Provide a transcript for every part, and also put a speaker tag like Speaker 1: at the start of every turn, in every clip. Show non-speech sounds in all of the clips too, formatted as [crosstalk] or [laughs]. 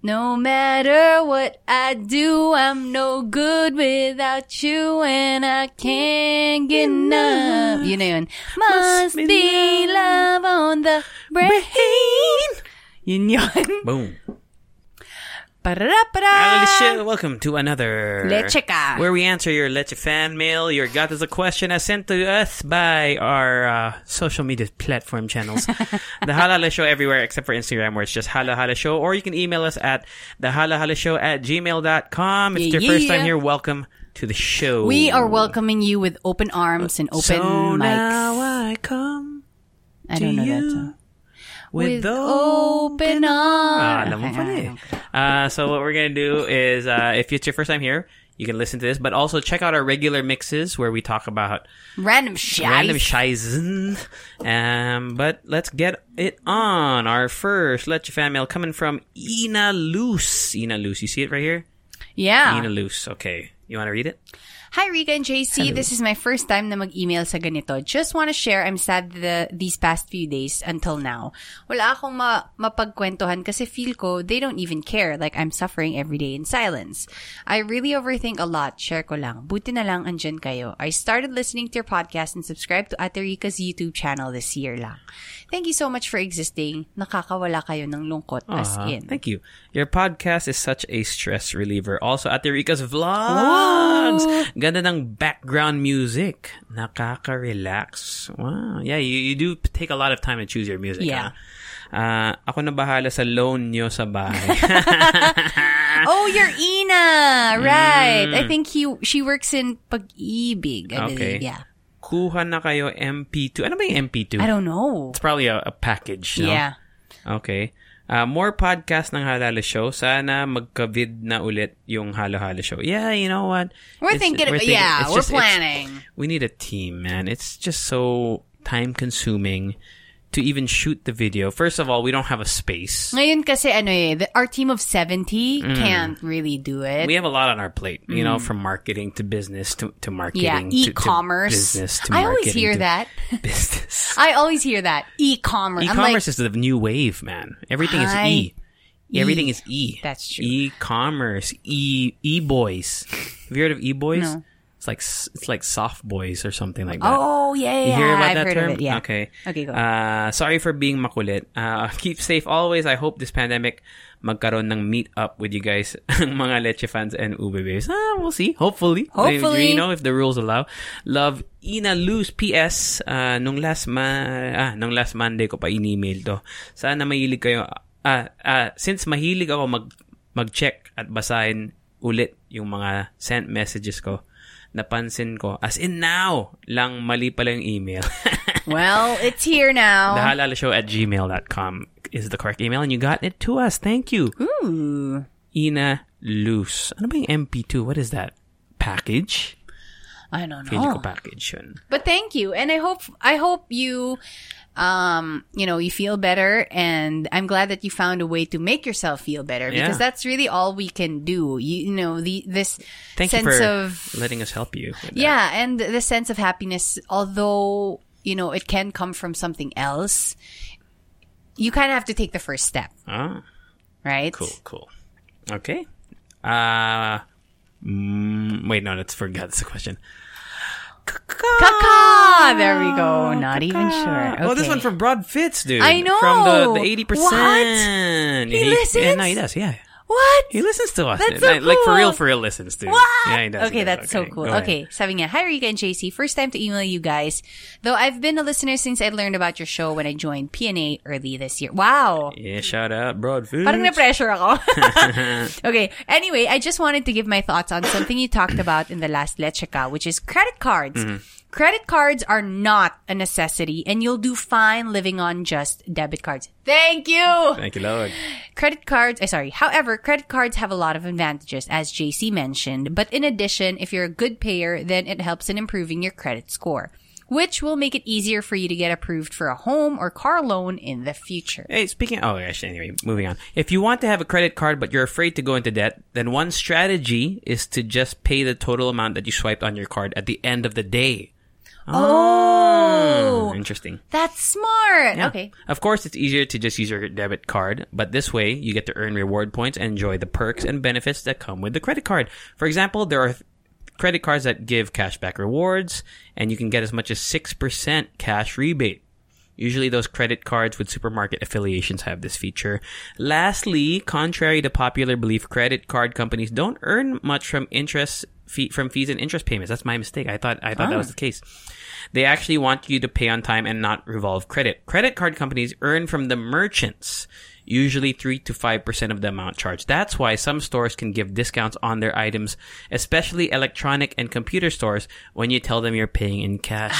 Speaker 1: No matter what I do, I'm no good without you, and I can't get enough. Yun na yun. Must, be, love on the brain. Yun [laughs] yun.
Speaker 2: Boom. Alicia,
Speaker 1: Ah. Para-para.
Speaker 2: welcome to another
Speaker 1: Lechica.
Speaker 2: where we answer your Leche fan mail. Your God is a question as sent to us by our uh, social media
Speaker 1: [laughs]
Speaker 2: platform channels. the Hala Hala Show everywhere except for Instagram, where it's just Hala Hala Show. Or you can email us at the Hala Hala Show at gmail.com. If it's
Speaker 1: Yeah,
Speaker 2: your first
Speaker 1: yeah.
Speaker 2: time here, welcome to the show.
Speaker 1: We are welcoming you with open arms and open
Speaker 2: so
Speaker 1: mics.
Speaker 2: now I come
Speaker 1: I
Speaker 2: to
Speaker 1: don't know
Speaker 2: you
Speaker 1: that song.
Speaker 2: with,
Speaker 1: With
Speaker 2: open
Speaker 1: open
Speaker 2: Ah,
Speaker 1: arms.
Speaker 2: alam mo
Speaker 1: Okay,
Speaker 2: pala
Speaker 1: okay,
Speaker 2: eh.
Speaker 1: okay.
Speaker 2: Uh, so what we're gonna do is, uh, if it's your first time here, you can listen to this, but also check out our regular mixes where we talk about
Speaker 1: Random shit.
Speaker 2: random shizen. Um, but let's get it on. Our first Let Your Fan Mail coming from Ina Luce. Ina Luce, you see it right here?
Speaker 1: Yeah.
Speaker 2: Ina Luce, okay. You want to read it?
Speaker 1: Hi Riga and JC, this is my first time na mag-email sa ganito. Just wanna share, I'm sad the, these past few days until now. Wala akong ma- mapagkwentuhan kasi feel ko they don't even care. Like I'm suffering every day in silence. I really overthink a lot. Share ko lang. Buti na lang andyan kayo. I started listening to your podcast and subscribed to Ate Rica's YouTube channel this year lang. Thank you so much for existing. Nakakawala kayo ng lungkot as
Speaker 2: Uh-huh.
Speaker 1: in.
Speaker 2: Thank you. Your podcast is such a stress reliever. Also, Ate Rica's vlogs. Ganda ng background music. Nakaka-relax. Wow. Yeah, you, you do take a lot of time to choose your music.
Speaker 1: Yeah.
Speaker 2: huh? Ah, ako na bahala sa loan nyo sa bahay.
Speaker 1: [laughs] Oh, you're Ina, right? I think he she works in pag-ibig. I
Speaker 2: Mm. Okay.
Speaker 1: believe. Yeah.
Speaker 2: Kuha na kayo MP2. Ano ba yung MP2?
Speaker 1: I don't know.
Speaker 2: It's probably a, a package. no?
Speaker 1: Yeah.
Speaker 2: Okay. Ah, more podcast ng Halala Show. Sana magka-vid na ulit yung Halo-Halo Show. Yeah, you know what?
Speaker 1: We're
Speaker 2: It's-
Speaker 1: thinking,
Speaker 2: we're thinking-
Speaker 1: yeah,
Speaker 2: it's
Speaker 1: we're
Speaker 2: just- it's-
Speaker 1: planning.
Speaker 2: we need a team, man. It's just so time consuming to even shoot the video. First of all, we don't have a space.
Speaker 1: Ngayon kasi ano eh, the, our team of 70 can't really do it.
Speaker 2: Mm. We have a lot on our plate, you know, from marketing to business to, to marketing.
Speaker 1: Mm. yeah,
Speaker 2: to- to
Speaker 1: e-commerce.
Speaker 2: business to
Speaker 1: I always
Speaker 2: marketing
Speaker 1: hear
Speaker 2: to
Speaker 1: that.
Speaker 2: [laughs] Business.
Speaker 1: I always hear that. E-commerce.
Speaker 2: E-commerce
Speaker 1: I'm like,
Speaker 2: is the new wave, man. Everything is
Speaker 1: Hi.
Speaker 2: E. Everything
Speaker 1: E.
Speaker 2: is E.
Speaker 1: That's true.
Speaker 2: E-commerce, E E boys. Have you heard of E boys?
Speaker 1: No.
Speaker 2: It's like s- it's like soft boys or something like that.
Speaker 1: oh, yeah,
Speaker 2: You
Speaker 1: yeah.
Speaker 2: hear about
Speaker 1: I've
Speaker 2: that
Speaker 1: heard
Speaker 2: term?
Speaker 1: of it. Yeah.
Speaker 2: Okay.
Speaker 1: Okay, go.
Speaker 2: Uh, sorry for being makulit. Uh, [laughs] keep safe always. I hope this pandemic magkaroon ng meet up with you guys, [laughs] ang mga Leche fans and Ube babes. Ah, we'll see. Hopefully.
Speaker 1: Hopefully.
Speaker 2: You know, if the rules allow. Love, Ina Luz, PS. Uh, nung last ma ah, nung last Monday ko pa in-email to. Sana mahilig kayo. Ah, ah, since mahilig ako mag mag-check at basahin ulit yung mga sent messages ko napansin ko as in now lang mali pala yung email [laughs]
Speaker 1: well, it's here now.
Speaker 2: thehalalshow at gmail.com is the correct email and you got it to us. Thank you.
Speaker 1: Ooh.
Speaker 2: Ina Luce. Ano ba yung MP2? What is that? Package?
Speaker 1: I don't
Speaker 2: Feeling
Speaker 1: know.
Speaker 2: ko package yun.
Speaker 1: But thank you, and I hope I hope you, um, you know, you feel better, and I'm glad that you found a way to make yourself feel better because
Speaker 2: Yeah.
Speaker 1: that's really all we can do. You, you know, the this
Speaker 2: Thank
Speaker 1: sense
Speaker 2: you for
Speaker 1: of
Speaker 2: letting us help you. with that.
Speaker 1: yeah, and the sense of happiness, although you know it can come from something else, you kind of have to take the first step,
Speaker 2: Ah,
Speaker 1: right?
Speaker 2: cool, cool. Okay. Uh, mm, wait, no, that's forgot. That's the question.
Speaker 1: Kaka! There we go. Not even sure.
Speaker 2: Oh, this
Speaker 1: Okay.
Speaker 2: one from Broad Fitz, dude.
Speaker 1: I know.
Speaker 2: From the, the 80%.
Speaker 1: What? He
Speaker 2: Yeah,
Speaker 1: listens?
Speaker 2: no, he does, yeah.
Speaker 1: what?
Speaker 2: He listens to us.
Speaker 1: That's
Speaker 2: dude.
Speaker 1: so
Speaker 2: like, for real,
Speaker 1: cool.
Speaker 2: for real listens, dude.
Speaker 1: What?
Speaker 2: Yeah, he does.
Speaker 1: okay,
Speaker 2: he does.
Speaker 1: that's so cool.
Speaker 2: go ahead.
Speaker 1: Okay, sabi niya, hi Rika and JC, first time to email you guys. Though I've been a listener since I learned about your show when I joined PNA early this year. Wow.
Speaker 2: Yeah, shout out, broad food.
Speaker 1: Parang na-pressure
Speaker 2: [laughs]
Speaker 1: ako. [laughs] okay.
Speaker 2: Mm-hmm.
Speaker 1: Anyway, I just wanted to give my thoughts on something you talked about in the last Lecheka, which is credit cards. Credit cards are not a necessity and you'll do fine living on just debit cards. Thank you!
Speaker 2: Thank you, Lord.
Speaker 1: Credit cards, I sorry. However, credit cards have a lot of advantages, as JC mentioned. But in addition, if you're a good payer, then it helps in improving your credit score, which will make it easier for you to get approved for a home or car loan in the future.
Speaker 2: Hey, speaking. Oh gosh. Anyway, moving on. If you want to have a credit card but you're afraid to go into debt, then one strategy is to just pay the total amount that you swiped on your card at the end of the day. Hmm.
Speaker 1: Oh.
Speaker 2: Ah, interesting.
Speaker 1: That's smart.
Speaker 2: Yeah.
Speaker 1: Okay.
Speaker 2: Of course, it's easier to just use your debit card, but this way you get to earn reward points and enjoy the perks and benefits that come with the credit card. For example, there are th- credit cards that give cashback rewards, and you can get as much as 6% cash rebate. Usually, those credit cards with supermarket affiliations have this feature. Lastly, contrary to popular belief, credit card companies don't earn much from interest fee, from fees and interest payments. That's my mistake. I thought I thought that was the case. They actually want you to pay on time and not revolve credit. Credit card companies earn from the merchants, usually 3 to 5% of the amount charged. That's why some stores can give discounts on their items, especially electronic and computer stores, when you tell them you're paying in cash.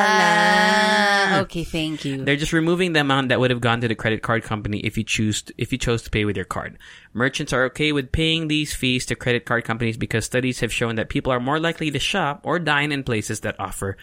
Speaker 2: Hmm.
Speaker 1: Ah, okay, thank you.
Speaker 2: They're just removing the amount that would have gone to the credit card company if you choose if you chose to pay with your card. Merchants are okay with paying these fees to credit card companies because studies have shown that people are more likely to shop or dine in places that offer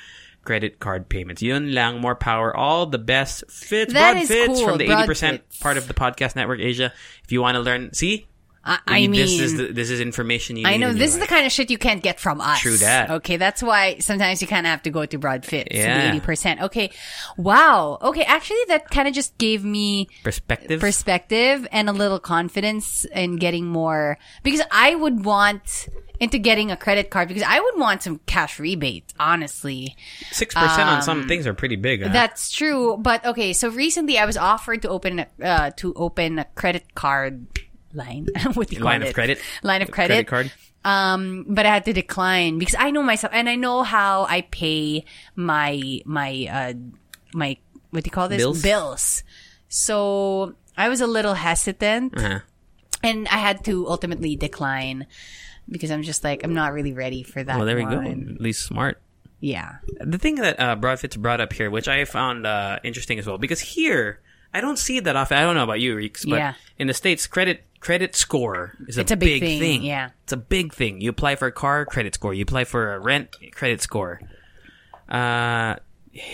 Speaker 2: credit card payments. Yun lang, more power, all the best fits.
Speaker 1: That
Speaker 2: Brad
Speaker 1: is
Speaker 2: Fitz
Speaker 1: cool,
Speaker 2: from the
Speaker 1: Brad
Speaker 2: 80%
Speaker 1: Fitz.
Speaker 2: part of the Podcast Network Asia. If you want to learn, see,
Speaker 1: I, I mean,
Speaker 2: this is the, this is information you
Speaker 1: I
Speaker 2: need
Speaker 1: know
Speaker 2: in your
Speaker 1: this is the
Speaker 2: life.
Speaker 1: kind of shit you can't get from us.
Speaker 2: True that.
Speaker 1: Okay, that's why sometimes you kind of have to go to broad fit.
Speaker 2: Yeah.
Speaker 1: Eighty percent. Okay, wow. Okay, actually, that kind of just gave me
Speaker 2: perspective.
Speaker 1: perspective and a little confidence in getting more because I would want into getting a credit card because I would want some cash rebates. Honestly,
Speaker 2: Six percent on
Speaker 1: um,
Speaker 2: some things are pretty big. Huh?
Speaker 1: that's true. But okay, so recently I was offered to open a, uh, to open a credit card line. [laughs] what do you call
Speaker 2: Line of
Speaker 1: it?
Speaker 2: credit?
Speaker 1: Line of credit.
Speaker 2: credit card.
Speaker 1: Um, but I had to decline because I know myself and I know how I pay my my uh my what do you call this
Speaker 2: Bills?
Speaker 1: So I was a little hesitant
Speaker 2: Uh-huh.
Speaker 1: and I had to ultimately decline because I'm just like I'm not really ready for that.
Speaker 2: Well, there we go.
Speaker 1: one.
Speaker 2: At least smart.
Speaker 1: Yeah.
Speaker 2: the thing that uh, Brad Fitz brought up here, which I found uh, interesting as well, because here I don't see it that often. I don't know about you, Reeks, but
Speaker 1: Yeah.
Speaker 2: in the states, credit credit score is a,
Speaker 1: It's a big thing,
Speaker 2: thing.
Speaker 1: yeah.
Speaker 2: it's a big thing. You apply for a car, credit score. You apply for a rent, credit score. Uh,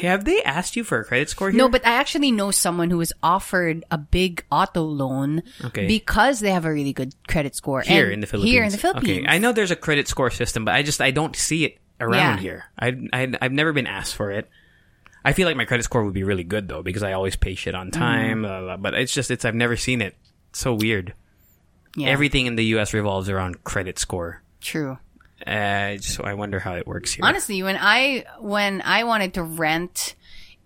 Speaker 2: have they asked you for a credit score? Here?
Speaker 1: No, but I actually know someone who was offered a big auto loan
Speaker 2: Okay.
Speaker 1: because they have a really good credit score
Speaker 2: here
Speaker 1: And
Speaker 2: in the Philippines.
Speaker 1: Here in the Philippines.
Speaker 2: Okay, I know there's a credit score system, but I just I don't see it around
Speaker 1: Yeah.
Speaker 2: here. I, I I've never been asked for it. I feel like my credit score would be really good though because I always pay shit on
Speaker 1: Mm-hmm.
Speaker 2: time. blah, blah, blah. but it's just it's I've never seen it. It's so weird.
Speaker 1: yeah,
Speaker 2: Everything in the U.S. revolves around credit score.
Speaker 1: true.
Speaker 2: Uh, so I wonder how it works here.
Speaker 1: Honestly, when I when I wanted to rent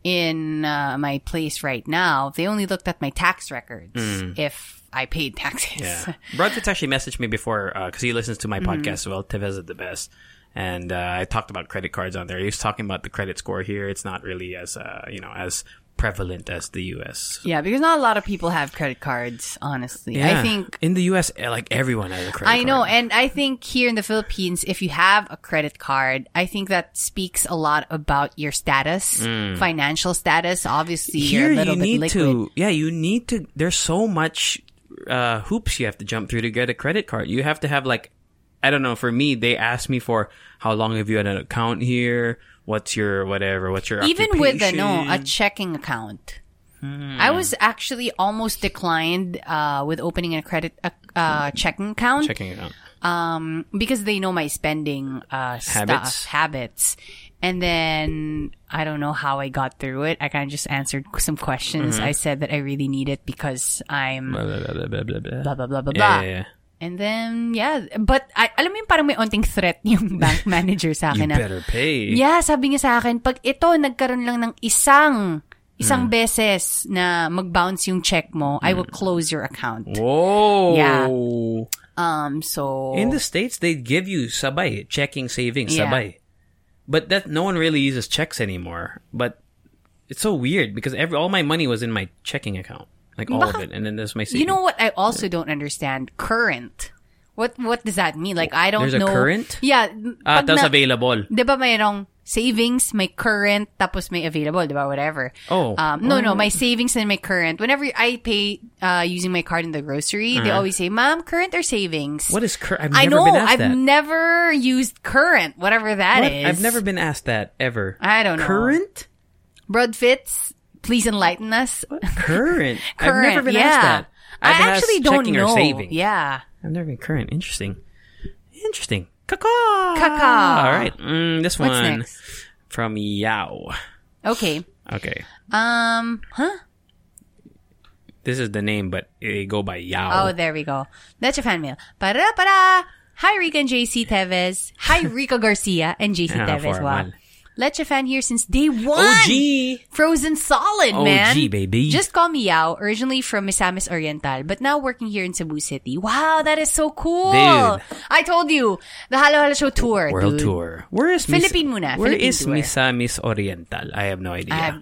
Speaker 1: in uh, my place right now, they only looked at my tax records if I paid taxes. [laughs]
Speaker 2: Hmm. Yeah. Brad Fitz actually messaged me before because he listens to my
Speaker 1: Mm-hmm.
Speaker 2: podcast as well. Tevez is the best, and uh, I talked about credit cards on there. He was talking about the credit score here. It's not really as uh, you know as prevalent as the U.S.
Speaker 1: Yeah, because not a lot of people have credit cards, honestly. I
Speaker 2: Yeah.
Speaker 1: think
Speaker 2: in the U.S., eh, like everyone has a credit
Speaker 1: I know,
Speaker 2: card.
Speaker 1: and I think here in the Philippines, if you have a credit card, I think that speaks a lot about your status, financial status. Obviously,
Speaker 2: Hmm. Here
Speaker 1: you're a little
Speaker 2: you
Speaker 1: bit
Speaker 2: need
Speaker 1: liquid.
Speaker 2: to, yeah, you need to. There's so much uh, hoops you have to jump through to get a credit card. You have to have like, I don't know. For me, they asked me for how long have you had an account here. What's your whatever? What's your
Speaker 1: Even with a no, a
Speaker 2: occupation? Hmm.
Speaker 1: checking account. I was actually almost declined uh, with opening a credit uh, uh, checking account
Speaker 2: checking account.
Speaker 1: because they know my spending uh,
Speaker 2: Habits?
Speaker 1: stuff habits. And then I don't know how I got through it. I kind of just answered some questions.
Speaker 2: Mm-hmm.
Speaker 1: I said that I really need it because I'm
Speaker 2: Blah, blah, blah, blah, blah, blah.
Speaker 1: blah blah blah blah
Speaker 2: Yeah,
Speaker 1: blah.
Speaker 2: yeah, yeah.
Speaker 1: And then, yeah. But, I, alam mo yung parang may onting threat yung [laughs] bank manager sa
Speaker 2: You
Speaker 1: akin na,
Speaker 2: better pay.
Speaker 1: yeah, sabi niya sa akin, pag ito, nagkaroon lang ng isang,
Speaker 2: Mm.
Speaker 1: isang beses na mag-bounce yung check mo, I will close your account.
Speaker 2: Whoa.
Speaker 1: Um, so,
Speaker 2: In the states, they give you sabay checking savings
Speaker 1: Yeah.
Speaker 2: sabay, but that no one really uses checks anymore. But it's so weird because every all my money was in my checking account, like all of
Speaker 1: Baka-
Speaker 2: it, and then there's my
Speaker 1: you
Speaker 2: savings.
Speaker 1: know what I also don't understand? Current. What what does that mean? Like, I don't
Speaker 2: There's a
Speaker 1: know.
Speaker 2: current?
Speaker 1: Yeah.
Speaker 2: ah,
Speaker 1: pag
Speaker 2: that's
Speaker 1: na-
Speaker 2: available.
Speaker 1: Di ba mayroong savings, my current, tapos may available, di ba? Whatever.
Speaker 2: Oh.
Speaker 1: Um, no, no, my savings and my current. Whenever I pay uh, using my card in the grocery, they always say, ma'am, current or savings?
Speaker 2: Uh-huh. What is current? I've
Speaker 1: I
Speaker 2: never
Speaker 1: know.
Speaker 2: been asked
Speaker 1: I've
Speaker 2: that.
Speaker 1: never used current, whatever that
Speaker 2: What?
Speaker 1: is.
Speaker 2: I've never been asked that ever.
Speaker 1: I don't know.
Speaker 2: Current?
Speaker 1: Brad Fitz, please enlighten us.
Speaker 2: Current. I've
Speaker 1: Current,
Speaker 2: never been
Speaker 1: yeah.
Speaker 2: asked that.
Speaker 1: I
Speaker 2: I've been asked
Speaker 1: actually don't
Speaker 2: checking or
Speaker 1: know.
Speaker 2: saving.
Speaker 1: Yeah.
Speaker 2: I've never been current. Interesting. Interesting. Kaka.
Speaker 1: Kaka.
Speaker 2: All right. Mm, this
Speaker 1: What's
Speaker 2: one
Speaker 1: next?
Speaker 2: from Yao.
Speaker 1: Okay.
Speaker 2: Okay.
Speaker 1: Um. Huh.
Speaker 2: This is the name, but they go by Yao.
Speaker 1: Oh, there we go. That's a fan mail. Para para. Hi Rica and JC Tevez.
Speaker 2: [laughs]
Speaker 1: Hi Rico Garcia and JC
Speaker 2: Ah, Oh,
Speaker 1: Tevez. Wow.
Speaker 2: formal.
Speaker 1: Leche fan here since day one.
Speaker 2: OG.
Speaker 1: Frozen solid,
Speaker 2: OG,
Speaker 1: man.
Speaker 2: baby.
Speaker 1: Just call me Yao, originally from Misamis Oriental, but now working here in Cebu City. Wow, that is so cool.
Speaker 2: Dude.
Speaker 1: I told you. The Halo Halo Show tour.
Speaker 2: World
Speaker 1: dude.
Speaker 2: tour. Where is Miss,
Speaker 1: Philippine muna,
Speaker 2: Where
Speaker 1: Philippine
Speaker 2: is
Speaker 1: tour.
Speaker 2: Misamis Oriental? I have no idea.
Speaker 1: I have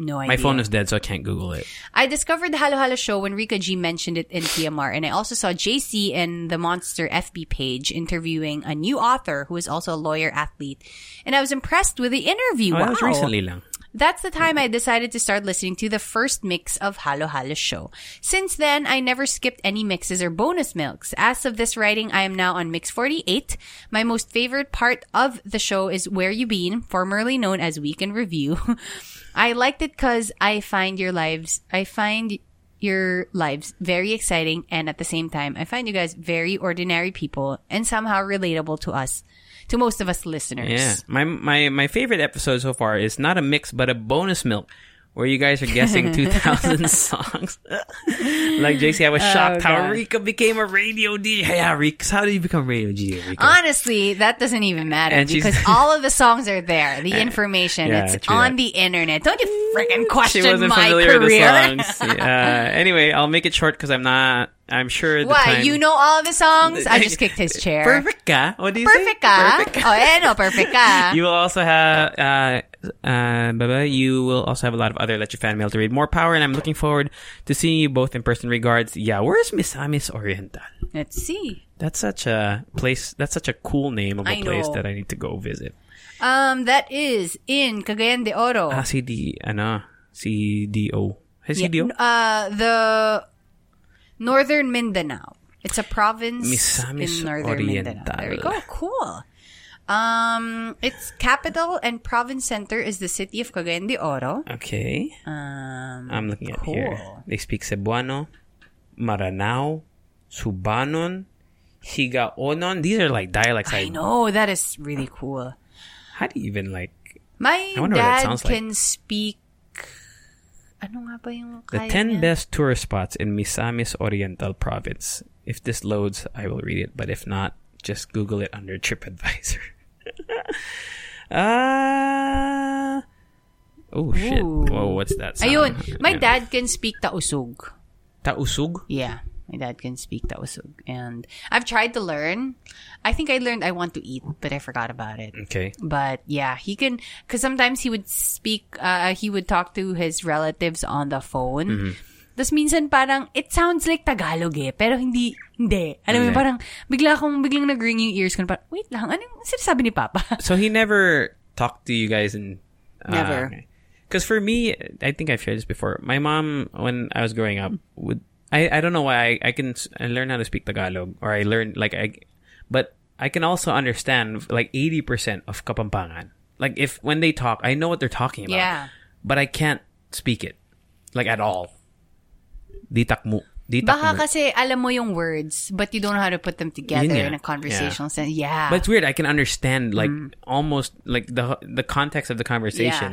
Speaker 1: no idea.
Speaker 2: My phone is dead, so I can't Google it.
Speaker 1: I discovered the Halo Halo show when Rika G mentioned it in TMR, and I also saw JC in the Monster FB page interviewing a new author who is also a lawyer athlete, and I was impressed with the interview.
Speaker 2: Oh,
Speaker 1: wow.
Speaker 2: that was recently lang.
Speaker 1: That's the time I decided to start listening to the first mix of Halo Halo show. Since then, I never skipped any mixes or bonus milks. As of this writing, I am now on mix 48. My most favorite part of the show is Where You Been, formerly known as Week in Review. [laughs] I liked it cause I find your lives, I find your lives very exciting and at the same time, I find you guys very ordinary people and somehow relatable to us, to most of us listeners.
Speaker 2: Yeah. My my my favorite episode so far is not a mix but a bonus milk where you guys are
Speaker 1: [laughs]
Speaker 2: guessing 2000 songs. [laughs] like JC, I was shocked how
Speaker 1: Oh, God.
Speaker 2: Rika became a radio DJ. Yeah, Rika, how did you become radio DJ, Rika?
Speaker 1: Honestly, that doesn't even matter
Speaker 2: And she's-
Speaker 1: because
Speaker 2: [laughs]
Speaker 1: all of the songs are there. The information
Speaker 2: yeah,
Speaker 1: it's
Speaker 2: true
Speaker 1: on
Speaker 2: that.
Speaker 1: the internet. Don't you freaking question
Speaker 2: she wasn't
Speaker 1: my
Speaker 2: familiar
Speaker 1: career? [laughs]
Speaker 2: with the songs. Yeah. anyway, I'll make it short because I'm not. I'm sure. The
Speaker 1: Why
Speaker 2: time...
Speaker 1: you know all the songs? I just kicked
Speaker 2: [laughs]
Speaker 1: his chair.
Speaker 2: Perfect ka? What do you
Speaker 1: Perfect
Speaker 2: say?
Speaker 1: ka?
Speaker 2: Perfect
Speaker 1: Oh, eh, no, perfect ka.
Speaker 2: [laughs] You will also have, uh, uh, Baba, you will also have a lot of other Let Your Fan Mail to read. More power, and I'm looking forward to seeing you both in person. Regards, yeah, where's Misamis Oriental?
Speaker 1: Let's see.
Speaker 2: That's such a place, that's such a cool name of a
Speaker 1: I
Speaker 2: place
Speaker 1: know.
Speaker 2: that I need to go visit.
Speaker 1: Um, that is in Cagayan de Oro.
Speaker 2: Ah, CD, ano, CDO. Hey,
Speaker 1: Yeah,
Speaker 2: CDO?
Speaker 1: Uh, the Northern Mindanao. It's a province
Speaker 2: Misamis
Speaker 1: in Northern Mindanao. There we
Speaker 2: ah, Oriental.
Speaker 1: go. Cool. Um, its capital and province center is the city of Cagayan de Oro.
Speaker 2: Okay.
Speaker 1: Um,
Speaker 2: I'm looking at
Speaker 1: cool.
Speaker 2: here. They speak Cebuano, Maranao, Subanon, Higaonon. These are like dialects.
Speaker 1: I know that is really cool.
Speaker 2: How do you even like
Speaker 1: My
Speaker 2: I wonder what that
Speaker 1: dad
Speaker 2: sounds like.
Speaker 1: can speak. Ano nga ba yung
Speaker 2: the
Speaker 1: kaya
Speaker 2: 10
Speaker 1: niya?
Speaker 2: best tourist spots in Misamis Oriental Province? If this loads, I will read it, but if not, just Google it under TripAdvisor. [laughs] Ah. oh shit!
Speaker 1: Ooh.
Speaker 2: Whoa, what's that? Sound?
Speaker 1: Ayun, my
Speaker 2: Ayun.
Speaker 1: dad can speak Tausug.
Speaker 2: Tausug.
Speaker 1: Yeah, my dad can speak Tausug, and I've tried to learn. I think I learned I want to eat, but I forgot about it.
Speaker 2: Okay.
Speaker 1: But yeah, he can because sometimes he would speak. Uh, he would talk to his relatives on the phone.
Speaker 2: Mm-hmm.
Speaker 1: Tapos minsan parang, it sounds like Tagalog eh, pero hindi, hindi. Alam mo, yun,
Speaker 2: Hindi.
Speaker 1: parang bigla akong, biglang nag-ring yung ears ko, na parang, wait lang, anong sinasabi ni Papa? [laughs]
Speaker 2: [laughs] So he never talked to you guys and
Speaker 1: Never.
Speaker 2: Because for me, I think I've shared this before. My mom, when I was growing up, would I, I don't know why I, I can s- I learn how to speak Tagalog or I learned like I, but I can also understand like eighty percent of Kapampangan. Like if when they talk, I know what they're talking about.
Speaker 1: Yeah.
Speaker 2: But I can't speak it, like at all. Di takmu. Di
Speaker 1: Baka
Speaker 2: takmu.
Speaker 1: kasi alam mo yung words, but you don't know how to put them together
Speaker 2: Yun nga.
Speaker 1: in a conversational sense. Yeah.
Speaker 2: But it's weird. I can understand like almost like the the context of the conversation.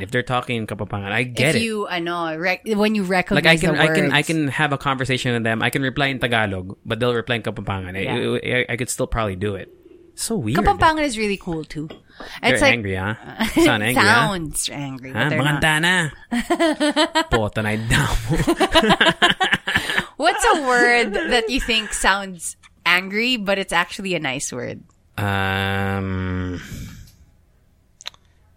Speaker 1: Mm. Yeah.
Speaker 2: If they're talking in Kapapangan, I get
Speaker 1: if
Speaker 2: it.
Speaker 1: you, ano, rec- when you recognize
Speaker 2: like I can
Speaker 1: the words.
Speaker 2: I can I can have a conversation with them. I can reply in Tagalog, but they'll reply in Kapapangan. I- I, I, I could still probably do it. So weird.
Speaker 1: Kapampangan is really cool too.
Speaker 2: They're
Speaker 1: It's like, [laughs]
Speaker 2: angry, huh? Sound angry, huh?
Speaker 1: sounds angry. but
Speaker 2: Ah,
Speaker 1: they're not.
Speaker 2: maganda na.
Speaker 1: [laughs]
Speaker 2: Puta na yung damo.
Speaker 1: What's a
Speaker 2: [laughs]
Speaker 1: word that you think sounds angry, but it's actually a nice word?
Speaker 2: Um,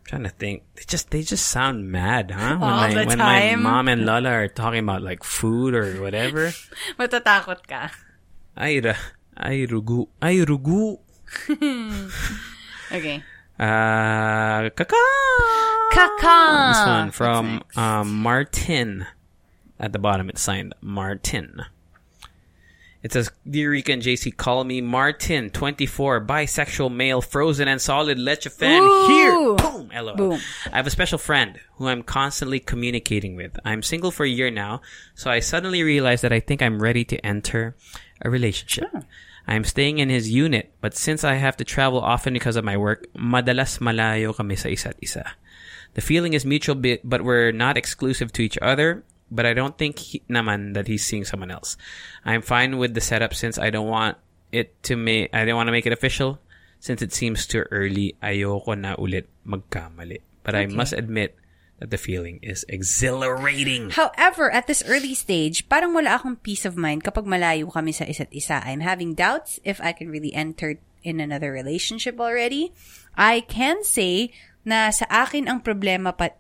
Speaker 2: trying to think. They just they just sound mad, huh? When
Speaker 1: All
Speaker 2: my,
Speaker 1: the
Speaker 2: when
Speaker 1: time.
Speaker 2: my mom and Lola are talking about like food or whatever.
Speaker 1: Matatakot ka.
Speaker 2: Ay, ra- ay, rugu. Ay, rugu.
Speaker 1: Okay.
Speaker 2: Uh, Kaka!
Speaker 1: Kaka!
Speaker 2: This one
Speaker 1: What's
Speaker 2: from
Speaker 1: Ah, next?
Speaker 2: um, Martin. At the bottom, it's signed Martin. It says, Dear Rika and JC, call me Martin, 24, bisexual male, frozen and solid, leche fan,
Speaker 1: Ooh.
Speaker 2: here! Boom! LOL.
Speaker 1: Boom.
Speaker 2: I have a special friend who I'm constantly communicating with. I'm single for a year now, so I suddenly realized that I think I'm ready to enter a relationship. I'm staying in his unit, but since I have to travel often because of my work, madalas malayo kami sa isa't isa. The feeling is mutual, bi- but we're not exclusive to each other. But I don't think he, naman that he's seeing someone else. I'm fine with the setup since I don't want it to make I don't want to make it official since it seems too early. Ayoko na ulit magkamali. But I must admit that the feeling is exhilarating.
Speaker 1: However, at this early stage, parang wala akong peace of mind kapag malayo kami sa isa't isa. I'm having doubts if I can really enter in another relationship already. I can say na sa akin ang problema pa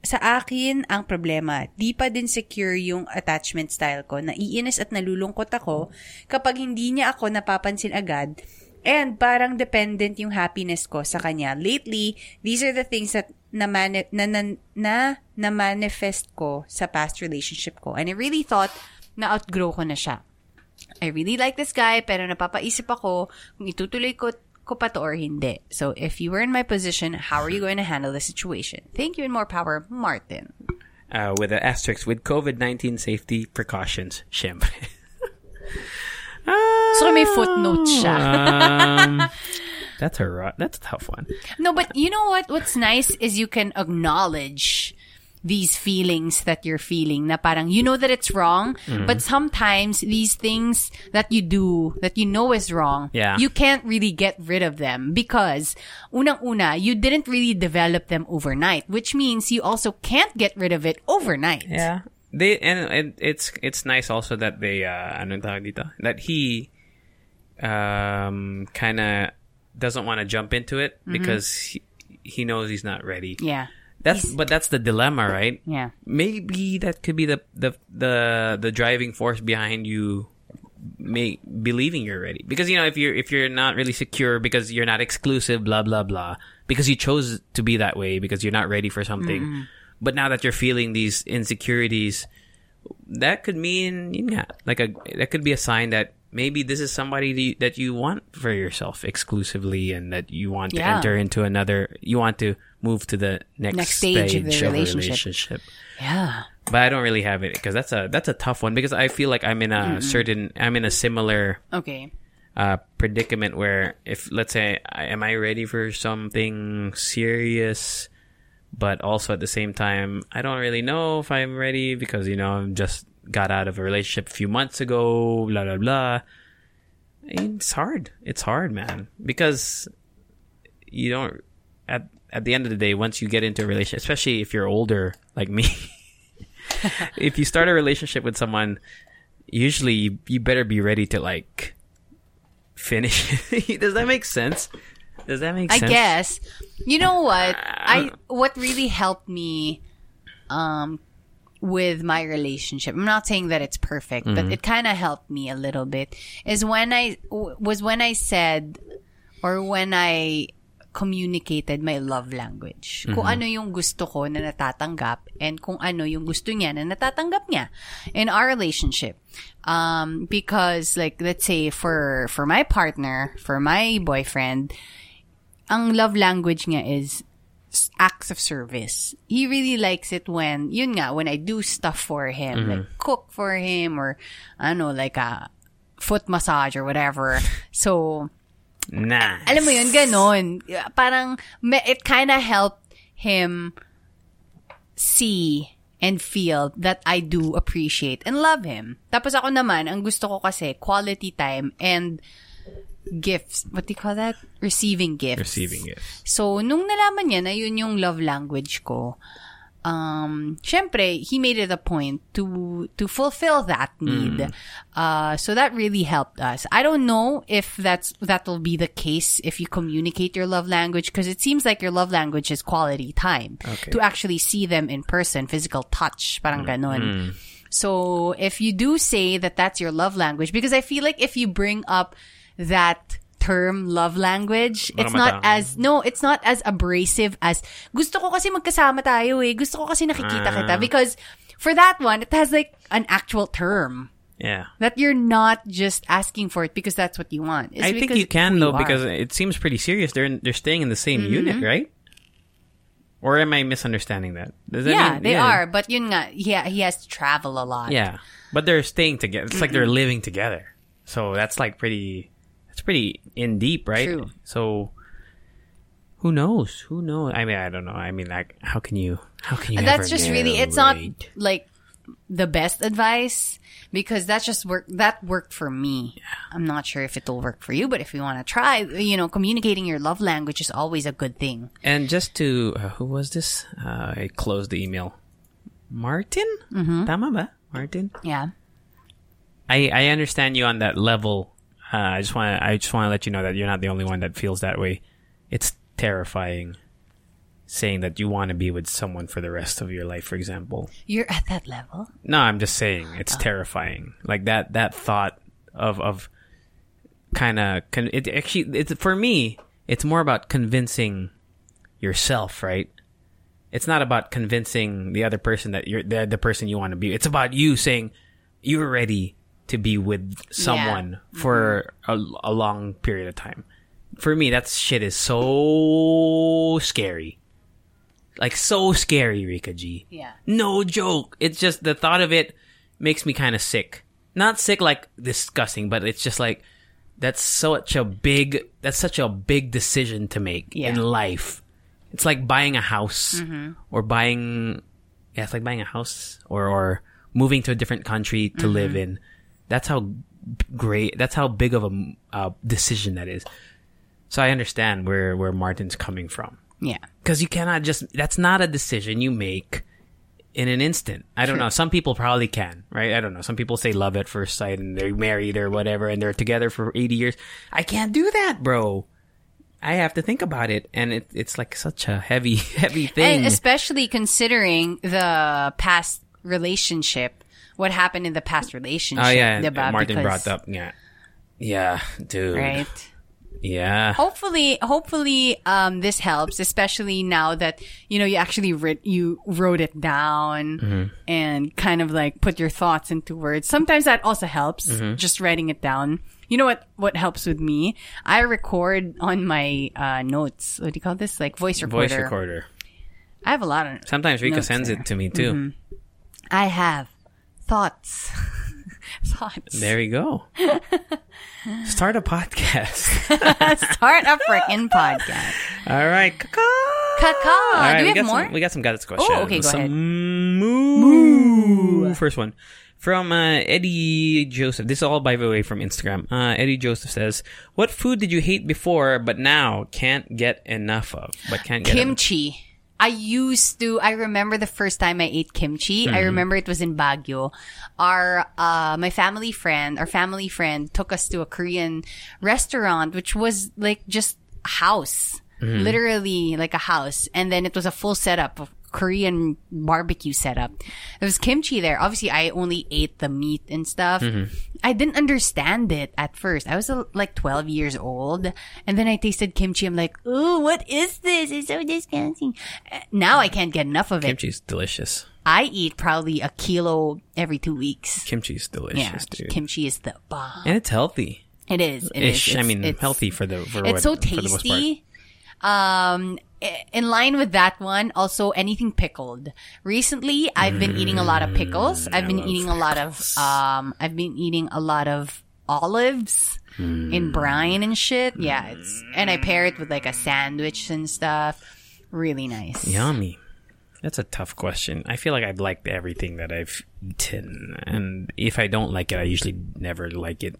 Speaker 1: sa akin ang problema. Di pa din secure yung attachment style ko. Naiinis at nalulungkot ako kapag hindi niya ako napapansin agad and parang dependent yung happiness ko sa kanya. Lately, these are the things that na, mani- na, na, na, na manifest ko sa past relationship ko. And I really thought na outgrow ko na siya. I really like this guy, pero napapaisip ako kung itutuloy ko, ko pa to or hindi. So, if you were in my position, how are you going to handle the situation? Thank you and more power, Martin.
Speaker 2: uh, with an asterisk with COVID nineteen safety precautions. Syempre. Ah,
Speaker 1: So, may footnote siya.
Speaker 2: um, that's a ro- that's a tough one.
Speaker 1: No, but you know what? What's nice is you can acknowledge these feelings that you're feeling na parang you know that it's wrong
Speaker 2: Mm-hmm.
Speaker 1: but sometimes these things that you do that you know is wrong
Speaker 2: Yeah.
Speaker 1: you can't really get rid of them because unang-una you didn't really develop them overnight which means you also can't get rid of it overnight
Speaker 2: Yeah. They and, and it's it's nice also that they uh ano yung tawag dito? that he um kind of doesn't want to jump into it because he, he knows he's not ready.
Speaker 1: yeah
Speaker 2: That's but that's the dilemma, right?
Speaker 1: yeah
Speaker 2: Maybe that could be the the the the driving force behind you may believing you're ready because you know if you're if you're not really secure because you're not exclusive blah blah blah because you chose to be that way because you're not ready for something
Speaker 1: Mm-hmm.
Speaker 2: but now that you're feeling these insecurities that could mean yun nga, like a that could be a sign that maybe this is somebody that you- that you want for yourself exclusively and that you want to
Speaker 1: Yeah.
Speaker 2: enter into another you want to move to the next,
Speaker 1: Next stage of the
Speaker 2: a
Speaker 1: relationship.
Speaker 2: relationship
Speaker 1: yeah
Speaker 2: but I don't really have it because that's a that's a tough one because I feel like I'm in a certain I'm in a similar
Speaker 1: okay
Speaker 2: uh, predicament where if let's say I- am I ready for something serious, but also at the same time I don't really know if I'm ready because you know I'm just got out of a relationship a few months ago, blah blah blah. It's hard. It's hard, man, because you don't at at the end of the day once you get into a relationship, especially if you're older like me. [laughs] if you start a relationship with someone, usually you, you better be ready to like finish. [laughs] Does that make sense? Does that make
Speaker 1: I
Speaker 2: sense?
Speaker 1: guess. You know what? I what really helped me um with my relationship. I'm not saying that it's perfect, but it kind of helped me a little bit is when I w- was when I said or when I communicated my love language. Kung ano yung gusto ko na natatanggap and kung ano yung gusto niya na natatanggap niya in our relationship. Um, because like, let's say for, for my partner, for my boyfriend, ang love language niya is s- acts of service. He really likes it when, yun nga, when I do stuff for him, like cook for him or, I don't know, like a foot massage or whatever. So,
Speaker 2: Nah.
Speaker 1: alam mo yun, ganon. Parang, me- it kinda helped him see and feel that I do appreciate and love him. Tapos ako naman, ang gusto ko kasi, quality time and gifts. What do you call that? Receiving gifts.
Speaker 2: Receiving it.
Speaker 1: So, nung nalaman niya na yun yung love language ko, um, syempre, he made it a point to, to fulfill that need. Uh, so that really helped us. I don't know if that's, that will be the case if you communicate your love language, because it seems like your love language is quality time. To actually see them in person, physical touch, parang ganon. So if you do say that that's your love language, because I feel like if you bring up that term love language. It's not
Speaker 2: Maramataang.
Speaker 1: as, no, it's not as abrasive as, gusto ko kasi magkasama tayo eh. Gusto ko kasi nakikita
Speaker 2: Ah.
Speaker 1: kita. Because for that one, it has like an actual term.
Speaker 2: Yeah.
Speaker 1: That you're not just asking for it because that's what you want. It's
Speaker 2: I think
Speaker 1: because
Speaker 2: you can
Speaker 1: who
Speaker 2: though
Speaker 1: are. Mm-hmm.
Speaker 2: because it seems pretty serious. They're in, they're staying in the same unit, right? Or am I misunderstanding that? Does that
Speaker 1: yeah,
Speaker 2: mean-
Speaker 1: they are. But yun nga, he, he has to travel a lot.
Speaker 2: Yeah, but they're staying together. It's like they're
Speaker 1: Mm-hmm.
Speaker 2: living together. So that's like pretty. That's pretty in deep, right?
Speaker 1: True.
Speaker 2: So who knows? Who knows? I mean, I don't know. I mean, like, how can you? How can you?
Speaker 1: And that's
Speaker 2: ever
Speaker 1: just
Speaker 2: know,
Speaker 1: really it's
Speaker 2: right?
Speaker 1: not like the best advice because that's just work that worked for me i'm not sure if it'll work for you but if you want to try you know communicating your love language is always a good thing
Speaker 2: And just to uh, who was this? Uh, I closed the email. Martin. Mm-hmm. Tama ba? Martin.
Speaker 1: yeah
Speaker 2: I, I understand you on that level. Uh, I just want to I just want to let you know that you're not the only one that feels that way. It's terrifying saying that you want to be with someone for the rest of your life, for example.
Speaker 1: you're at that level
Speaker 2: No, I'm just saying it's terrifying. Like that that thought of of kind of con- it actually it's for me it's more about convincing yourself, right? It's not about convincing the other person that you're the, the person you want to be. It's about you saying you're ready to be with someone for a, a long period of time. For me, that shit is so scary. Like so scary, Rika G.
Speaker 1: Yeah.
Speaker 2: No joke. It's just the thought of it makes me kind of sick. Not sick like disgusting, but it's just like that's such a big that's such a big decision to make in
Speaker 1: Yeah.
Speaker 2: life. It's like buying a house or buying yeah, it's like buying a house or or moving to a different country to live in. That's how b- great. That's how big of a m- uh, decision that is. So I understand where where Martin's coming from
Speaker 1: yeah
Speaker 2: because you cannot just. That's not a decision you make in an instant. I don't know. Some people probably can, right? I don't know. Some people say love at first sight and they're married or whatever and they're together for eighty years. I can't do that, bro. I have to think about it, and it, it's like such a heavy, [laughs] heavy thing.
Speaker 1: and especially considering the past relationship what happened in the past relationship
Speaker 2: Oh yeah,
Speaker 1: diba?
Speaker 2: Martin
Speaker 1: Because-
Speaker 2: brought up. Yeah, yeah, dude.
Speaker 1: right
Speaker 2: Yeah.
Speaker 1: hopefully hopefully um, this helps especially now that you know you actually writ- you wrote it down
Speaker 2: Mm-hmm.
Speaker 1: and kind of like put your thoughts into words sometimes that also helps
Speaker 2: Mm-hmm.
Speaker 1: just writing it down you know what what helps with me i record on my uh, notes what do you call this like voice recorder
Speaker 2: Voice recorder.
Speaker 1: i have a lot of
Speaker 2: Sometimes Rika
Speaker 1: Notes
Speaker 2: sends
Speaker 1: there. Mm-hmm.
Speaker 2: it to me too.
Speaker 1: i have thoughts [laughs] thoughts
Speaker 2: There you go. Start a podcast.
Speaker 1: [laughs]
Speaker 2: [laughs]
Speaker 1: start a freaking podcast
Speaker 2: All right. Kaka.
Speaker 1: kaka
Speaker 2: [laughs] All right,
Speaker 1: do we have
Speaker 2: got
Speaker 1: more Oh,
Speaker 2: Some, we got some guidance questions.
Speaker 1: okay, go
Speaker 2: some
Speaker 1: ahead.
Speaker 2: Moo. First one from uh, Eddie Joseph. This is all by the way from Instagram. Uh, Eddie Joseph says, "What food did you hate before, but now can't get enough of? But can't get enough-
Speaker 1: kimchi. I used to. I remember the first time I ate kimchi. I remember it was in Baguio. Our uh, my family friend, our family friend, took us to a Korean restaurant, which was like just a house, literally like a house, and then it was a full setup of Korean barbecue setup. There was kimchi there. Obviously, I only ate the meat and stuff.
Speaker 2: Mm-hmm.
Speaker 1: I didn't understand it at first. I was uh, like 12 years old. And then I tasted kimchi. I'm like, ooh, what is this? It's so disgusting. Uh, Now I can't get enough of it.
Speaker 2: Kimchi's delicious.
Speaker 1: I eat probably a kilo every two weeks.
Speaker 2: Kimchi's delicious,
Speaker 1: Yeah.
Speaker 2: dude.
Speaker 1: Kimchi is the bomb.
Speaker 2: and it's healthy.
Speaker 1: It is. It is.
Speaker 2: ish. I
Speaker 1: It's-
Speaker 2: mean,
Speaker 1: it's-
Speaker 2: healthy for the for
Speaker 1: It's so
Speaker 2: what- for the most part.
Speaker 1: tasty. Um, i- in line with that one, also anything pickled. Recently, I've been eating a lot of pickles.
Speaker 2: Mm,
Speaker 1: I've been eating a lot of um, I've been eating a lot of olives
Speaker 2: Mm.
Speaker 1: in brine and shit. Yeah, it's and I pair it with like a sandwich and stuff. Really nice.
Speaker 2: Yummy. That's a tough question. I feel like I've liked everything that I've eaten, and if I don't like it, I usually never like it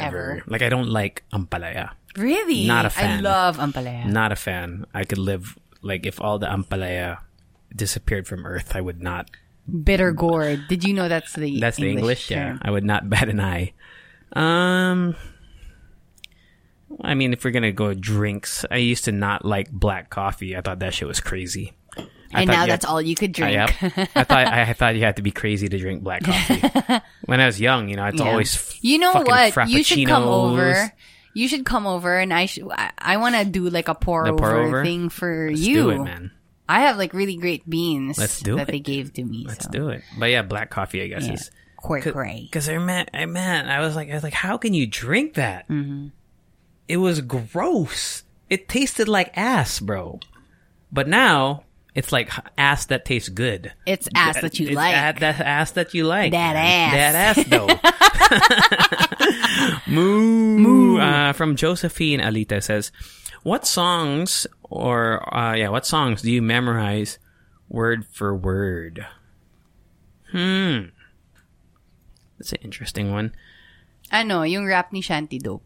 Speaker 2: ever.
Speaker 1: Ever.
Speaker 2: Like I don't like ampalaya.
Speaker 1: Really,
Speaker 2: Not a
Speaker 1: I
Speaker 2: fan.
Speaker 1: love ampalaya.
Speaker 2: Not a fan. I could live like if all the ampalaya disappeared from Earth, I would not.
Speaker 1: Bitter gourd. Did you know that's the
Speaker 2: That's the English. Yeah,
Speaker 1: term?
Speaker 2: I would not [laughs] bat an eye. Um. I mean, if we're gonna go drinks, I used to not like black coffee. I thought that shit was crazy. I
Speaker 1: And
Speaker 2: thought
Speaker 1: now
Speaker 2: you had- Uh,
Speaker 1: that's all you could drink.
Speaker 2: Yep. I thought I, I thought you had to be crazy to drink
Speaker 1: [laughs]
Speaker 2: black coffee. when I was young, you know, it's always f-
Speaker 1: you know
Speaker 2: fucking
Speaker 1: what you should come
Speaker 2: frappuccinos.
Speaker 1: over you should come over and I should, I, I want to do like a pour,
Speaker 2: The
Speaker 1: over,
Speaker 2: pour over?
Speaker 1: thing for
Speaker 2: Let's
Speaker 1: you.
Speaker 2: do it, man.
Speaker 1: I have like really great beans
Speaker 2: Let's do
Speaker 1: that
Speaker 2: it.
Speaker 1: they gave to me.
Speaker 2: Let's
Speaker 1: so.
Speaker 2: do it. But yeah, black coffee, I guess is
Speaker 1: Quirk Ray.
Speaker 2: because I meant I meant I was like I was like, how can you drink that?
Speaker 1: Mm-hmm.
Speaker 2: It was gross. It tasted like ass, bro. But now it's like h- ass that tastes good.
Speaker 1: It's ass that you
Speaker 2: It's
Speaker 1: like.
Speaker 2: a- that ass that you like.
Speaker 1: That
Speaker 2: man.
Speaker 1: [laughs]
Speaker 2: That ass though. Moo. Moo. Uh, from Josephine Alita says, "What songs or uh, yeah, what songs do you memorize word for word?" Hmm. That's an interesting one.
Speaker 1: Ano, yung rap ni Shanty Dope.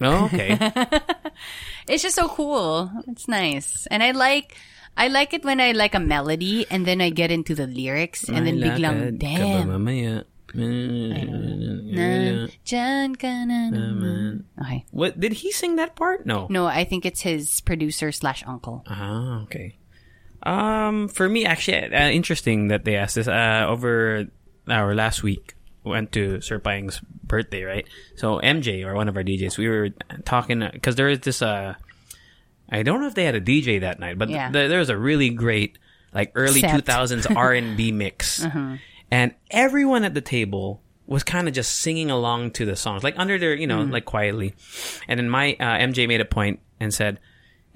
Speaker 2: Oh, okay.
Speaker 1: It's just so cool. It's nice. And I like I like it when I like a melody and then I get into the lyrics and [laughs] then biglang,
Speaker 2: Lalakad ka ba
Speaker 1: damn.
Speaker 2: mamaya?
Speaker 1: Na, dyan ka na naman. Okay.
Speaker 2: What did he sing that part? No.
Speaker 1: No, I think it's his producer slash uncle.
Speaker 2: Ah, okay. Um, for me, actually, uh, interesting that they asked this. Uh, over our last week, we went to Sir Pang's birthday, right? So MJ or one of our DJs, we were talking because there is this. Uh, I don't know if they had a DJ that night, but
Speaker 1: Yeah.
Speaker 2: th- there was a really great like early
Speaker 1: Set. Uh-huh.
Speaker 2: two
Speaker 1: [laughs]
Speaker 2: thousands R and B mix, and everyone at the table was kind of just singing along to the songs, like under their, you know,
Speaker 1: Mm-hmm.
Speaker 2: like quietly. And then my uh, MJ made a point and said,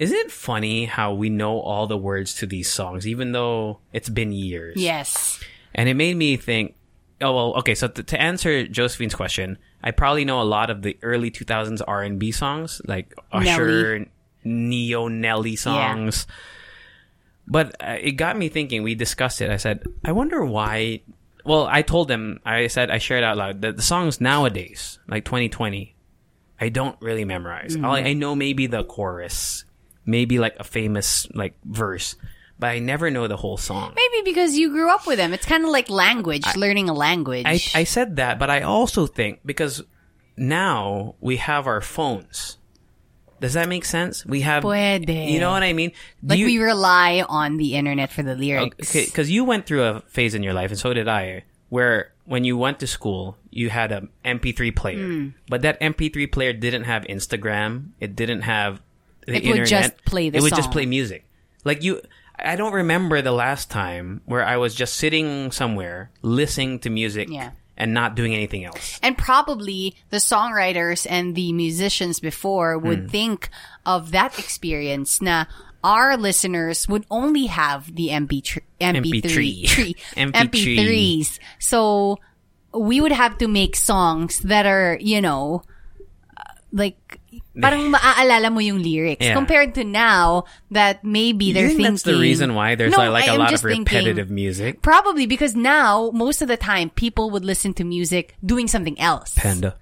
Speaker 2: "Isn't it funny how we know all the words to these songs, even though it's been years?"
Speaker 1: Yes.
Speaker 2: And it made me think, oh well, okay. So t- to answer Josephine's question, I probably know a lot of the early 2000s R&B songs, like Usher, Neo Nelly songs. But uh, it got me thinking. We discussed it. I said, I wonder why. Well, I told them. I said I shared out loud that the songs nowadays, like 2020, I don't really memorize. All I, I know maybe the chorus, maybe like a famous like verse, but I never know the whole song.
Speaker 1: Maybe because you grew up with him. It's kind of like language, learning a language.
Speaker 2: I, I said that, but I also think because now we have our phones. Does that make sense? We have,
Speaker 1: Puede.
Speaker 2: you know what I mean? Do
Speaker 1: like
Speaker 2: you,
Speaker 1: we rely on the internet for the lyrics.
Speaker 2: because you went through a phase in your life, and so did I, where when you went to school, you had a MP3 player,
Speaker 1: Hmm.
Speaker 2: but that MP3 player didn't have Instagram. It didn't have the
Speaker 1: It would
Speaker 2: internet.
Speaker 1: just play the
Speaker 2: It would just
Speaker 1: song.
Speaker 2: play music. Like you, I don't remember the last time where I was just sitting somewhere listening to music
Speaker 1: Yeah.
Speaker 2: and not doing anything else.
Speaker 1: And probably the songwriters and the musicians before
Speaker 2: Hmm.
Speaker 1: would think of that experience na our listeners would only have the MP3, MP3, [laughs]
Speaker 2: MP3. [laughs]
Speaker 1: tree-
Speaker 2: MP3.
Speaker 1: MP3s. So we would have to make songs that are, you know, uh, like parang
Speaker 2: [laughs]
Speaker 1: maaalala mo yung lyrics
Speaker 2: Yeah.
Speaker 1: compared to now that maybe
Speaker 2: you
Speaker 1: they're
Speaker 2: think
Speaker 1: thinking
Speaker 2: that's the reason why there's
Speaker 1: No,
Speaker 2: like
Speaker 1: I
Speaker 2: a
Speaker 1: am
Speaker 2: lot of
Speaker 1: just thinking-
Speaker 2: repetitive music?
Speaker 1: Probably because now most of the time people would listen to music doing something else.
Speaker 2: Panda,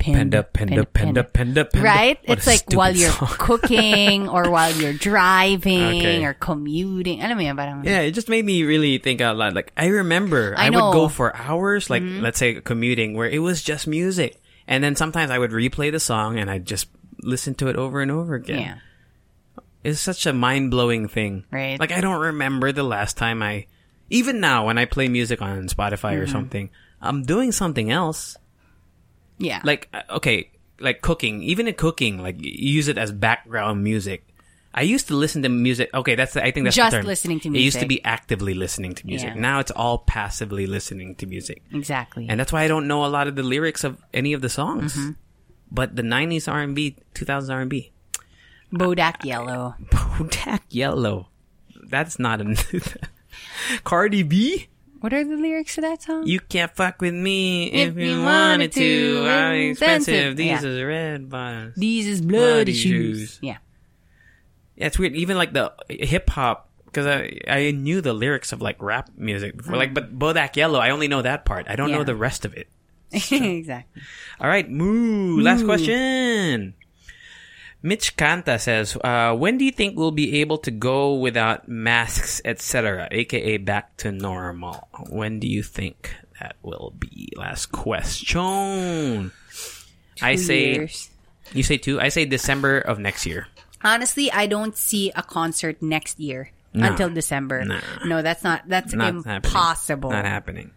Speaker 2: panda, panda, panda, panda, panda.
Speaker 1: Right?
Speaker 2: What
Speaker 1: it's
Speaker 2: a
Speaker 1: like while
Speaker 2: stupid
Speaker 1: you're [laughs]
Speaker 2: song. [laughs]
Speaker 1: cooking or while you're driving
Speaker 2: Okay.
Speaker 1: or commuting. Alam mo yun, parang,
Speaker 2: Yeah, it just made me really think out loud. Like I remember,
Speaker 1: I
Speaker 2: I,
Speaker 1: know. Mm-hmm.
Speaker 2: would go for hours, like let's say commuting, where it was just music, and then sometimes I would replay the song and I'd just listen to it over and over again.
Speaker 1: yeah.
Speaker 2: It's such a mind blowing thing.
Speaker 1: Right.
Speaker 2: Like I don't remember the last time I, even now when I play music on Spotify
Speaker 1: Mm-hmm.
Speaker 2: or something, I'm doing something else.
Speaker 1: Yeah.
Speaker 2: like uh, okay like cooking even in cooking like you use it as background music i used to listen to music okay that's the, i think that's the
Speaker 1: Just
Speaker 2: term.
Speaker 1: listening to
Speaker 2: it used to
Speaker 1: music.
Speaker 2: be actively listening to music
Speaker 1: Yeah.
Speaker 2: now it's all passively listening to music
Speaker 1: exactly.
Speaker 2: and that's why i don't know a lot of the lyrics of any of the songs
Speaker 1: Mm-hmm.
Speaker 2: but the 90s r&b 2000s r&b [laughs]
Speaker 1: Bodak Yellow.
Speaker 2: Bodak yellow that's not a [laughs] cardi b
Speaker 1: What are the lyrics to that song?
Speaker 2: you can't fuck with me if,
Speaker 1: If
Speaker 2: you
Speaker 1: you
Speaker 2: wanted
Speaker 1: wanted
Speaker 2: to.
Speaker 1: to,
Speaker 2: I'm
Speaker 1: expensive.
Speaker 2: expensive. These
Speaker 1: Yeah.
Speaker 2: are red bars.
Speaker 1: These is bloody
Speaker 2: Bloody
Speaker 1: shoes.
Speaker 2: shoes.
Speaker 1: Yeah.
Speaker 2: Yeah, it's weird. Even like the hip hop, because I I knew the lyrics of like rap music before. Like, but Bodak Yellow, I only know that part. I don't
Speaker 1: Yeah.
Speaker 2: know the rest of it.
Speaker 1: [laughs] exactly.
Speaker 2: All right, moo. Last question. Mitch Kanta says, uh, "When do you think we'll be able to go without masks, etc., aka back to normal? When do you think that will be?" Last question. I say
Speaker 1: Years.
Speaker 2: you say two. I say December of next year.
Speaker 1: Honestly, I don't see a concert next year until December.
Speaker 2: Nah.
Speaker 1: No, that's not, that's
Speaker 2: Not happening.
Speaker 1: impossible.
Speaker 2: Not happening.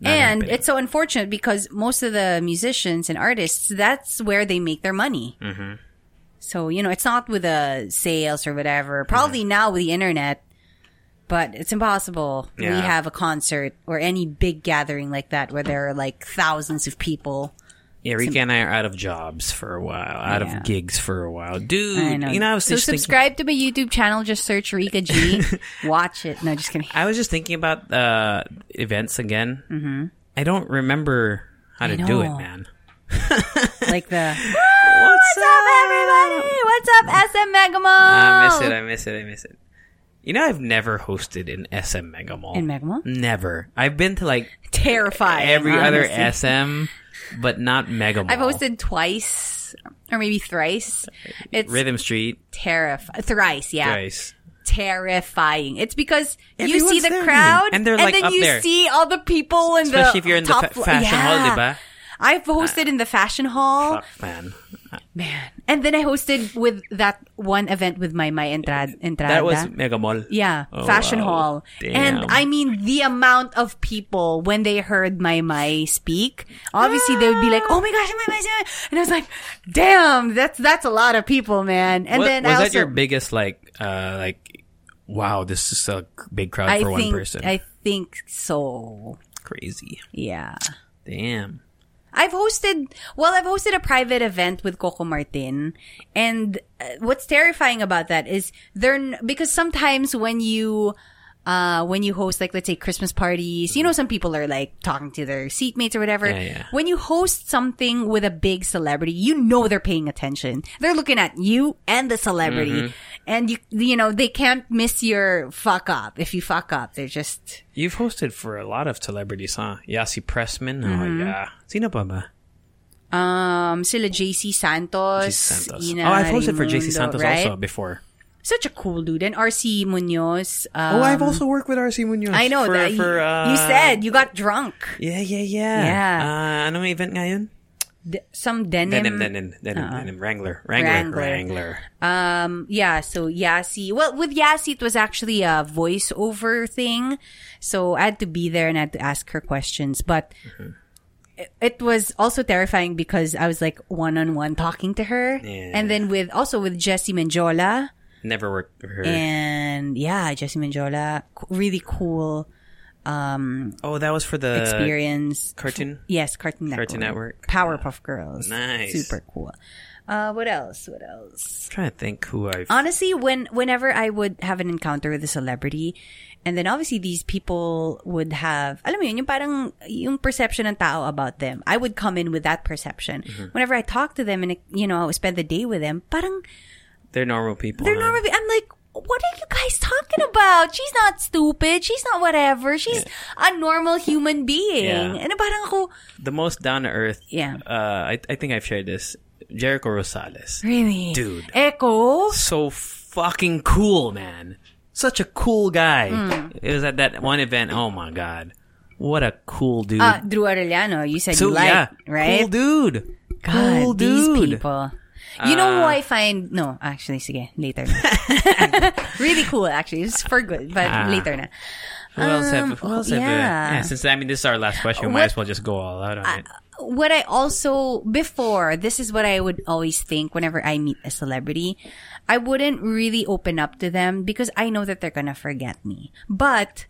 Speaker 1: And it's so unfortunate because most of the musicians and artists, that's where they make their money. Mm-hmm. So, you know, it's not with the sales or whatever. Probably now with the internet, but it's impossible. We
Speaker 2: Yeah.
Speaker 1: have a concert or any big gathering like that where there are like thousands of people.
Speaker 2: Yeah, Rika and I are out of jobs for a while, out
Speaker 1: Yeah.
Speaker 2: of gigs for a while. Dude,
Speaker 1: I know.
Speaker 2: you know, I was
Speaker 1: so
Speaker 2: just thinking-
Speaker 1: subscribe to my YouTube channel. Just search Rika G. [laughs] Watch it. No, [laughs] just kidding.
Speaker 2: I was just thinking about uh, events again. Mm-hmm. I don't remember how to do it,
Speaker 1: know.
Speaker 2: man.
Speaker 1: Like the
Speaker 2: What's
Speaker 1: everybody. What's up, SM Megamall?
Speaker 2: I miss it. I miss it. I miss it. You know, I've never hosted in SM Mega Mall.
Speaker 1: In Mega Mall?
Speaker 2: Never. I've been to like
Speaker 1: Terrifying.
Speaker 2: every
Speaker 1: honestly.
Speaker 2: other SM, but not Mega Mall.
Speaker 1: I've hosted twice or maybe thrice. It's
Speaker 2: Rhythm Street,
Speaker 1: terrifying. Thrice, yeah.
Speaker 2: guys.
Speaker 1: Terrifying. It's because you see
Speaker 2: Everyone's
Speaker 1: the
Speaker 2: there.
Speaker 1: crowd
Speaker 2: And they're, like,
Speaker 1: then
Speaker 2: up
Speaker 1: you
Speaker 2: there.
Speaker 1: see all the people in the
Speaker 2: Especially if you're in the
Speaker 1: top
Speaker 2: fa-
Speaker 1: flo-
Speaker 2: fashion hall,
Speaker 1: Yeah.
Speaker 2: diba?
Speaker 1: I've hosted in the fashion hall.
Speaker 2: Fuck, man.
Speaker 1: Man. And then I hosted with that one event with my my entrada. entrada.
Speaker 2: That was Mega Mall.
Speaker 1: yeah,
Speaker 2: Oh,
Speaker 1: fashion
Speaker 2: wow.
Speaker 1: hall. And
Speaker 2: Damn.
Speaker 1: I mean the amount of people when they heard my my speak, obviously they would be like, "Oh my gosh, my my." my." And I was like, "Damn, that's that's a lot of people, man." And
Speaker 2: What-
Speaker 1: then
Speaker 2: was
Speaker 1: I
Speaker 2: that
Speaker 1: also
Speaker 2: your biggest like, uh, like, wow, this is a big crowd
Speaker 1: I
Speaker 2: for
Speaker 1: think
Speaker 2: one person?
Speaker 1: I think so.
Speaker 2: Crazy.
Speaker 1: Yeah.
Speaker 2: Damn.
Speaker 1: I've hosted, well, I've hosted a private event with Coco Martin. And uh, what's terrifying about that is they're, n- because sometimes when you, uh, when you host, like, let's say Christmas parties, you know, some people are like talking to their seatmates or whatever.
Speaker 2: Yeah, yeah.
Speaker 1: When you host something with a big celebrity, you know they're paying attention. They're looking at you and the celebrity.
Speaker 2: Mm-hmm.
Speaker 1: And you, you know, they can't miss your fuck up. If you fuck up, they're just,
Speaker 2: You've hosted for a lot of celebrities, huh? Yasi Pressman.
Speaker 1: Mm-hmm.
Speaker 2: Oh, yeah. Sino pa ba?
Speaker 1: Um, sila JC Santos.
Speaker 2: JC Santos.
Speaker 1: Ina
Speaker 2: oh, I've hosted for
Speaker 1: Raimundo,
Speaker 2: JC Santos
Speaker 1: right?
Speaker 2: also before.
Speaker 1: Such a cool dude. And RC Munoz. Um,
Speaker 2: oh, I've also worked with RC Munoz.
Speaker 1: I know
Speaker 2: for,
Speaker 1: that.
Speaker 2: for, uh,
Speaker 1: you said you got drunk.
Speaker 2: Yeah, yeah, yeah.
Speaker 1: Yeah.
Speaker 2: Uh, ano nga event ngayon?
Speaker 1: D- some denim.
Speaker 2: Denim, denim, denim, denim. Wrangler. Wrangler.
Speaker 1: Uh-huh. Wrangler.
Speaker 2: Wrangler.
Speaker 1: Um, yeah, so Yasi. Well, with Yasi, it was actually a voiceover thing. So I had to be there and I had to ask her questions. But
Speaker 2: Mm-hmm.
Speaker 1: it, it was also terrifying because I was like one on one talking to her.
Speaker 2: Yeah.
Speaker 1: And then with, also with Jessie Menjola.
Speaker 2: Never worked with her.
Speaker 1: and yeah, Jesse Manjola, c- really cool
Speaker 2: oh, that was for the
Speaker 1: experience.
Speaker 2: cartoon?
Speaker 1: Yes, Cartoon Network.
Speaker 2: Cartoon Network.
Speaker 1: Powerpuff Girls.
Speaker 2: Nice.
Speaker 1: Super cool. Uh, what else? What else?
Speaker 2: I'm trying to think who I've...
Speaker 1: Honestly, when whenever I would have an encounter with a celebrity, and then obviously these people would have, alam mo yun, yung parang yung perception ng tao about them. I would come in with that perception.
Speaker 2: Mm-hmm.
Speaker 1: Whenever I talk to them and you know spend the day with them, parang
Speaker 2: they're normal people.
Speaker 1: they're
Speaker 2: huh?
Speaker 1: normally. I'm like, what are you guys talking about? She's not stupid. She's not whatever. She's a normal human being.
Speaker 2: Yeah.
Speaker 1: And parang ako,
Speaker 2: The most down-to-earth...
Speaker 1: Yeah.
Speaker 2: Uh, I, I think I've shared this. Jericho Rosales.
Speaker 1: really?
Speaker 2: Dude.
Speaker 1: Echo?
Speaker 2: so fucking cool, man. Such a cool guy.
Speaker 1: Hmm.
Speaker 2: It was at that one event. Oh my god, what a cool dude.
Speaker 1: Uh, Drew Arellano, you said you like, right?
Speaker 2: cool dude.
Speaker 1: God,
Speaker 2: cool
Speaker 1: these
Speaker 2: dude. Uh,
Speaker 1: people. You know who I find, no, actually, sige, later
Speaker 2: [laughs]
Speaker 1: [laughs] na. really cool, actually. It's for good, but
Speaker 2: Ah.
Speaker 1: later na.
Speaker 2: Who else have? Who else have?
Speaker 1: Um, yeah.
Speaker 2: Uh, yeah, since I mean, this is our last question. We might as well just go all out on it.
Speaker 1: what I also before this is what I would always think whenever I meet a celebrity, I wouldn't really open up to them because I know that they're gonna forget me. But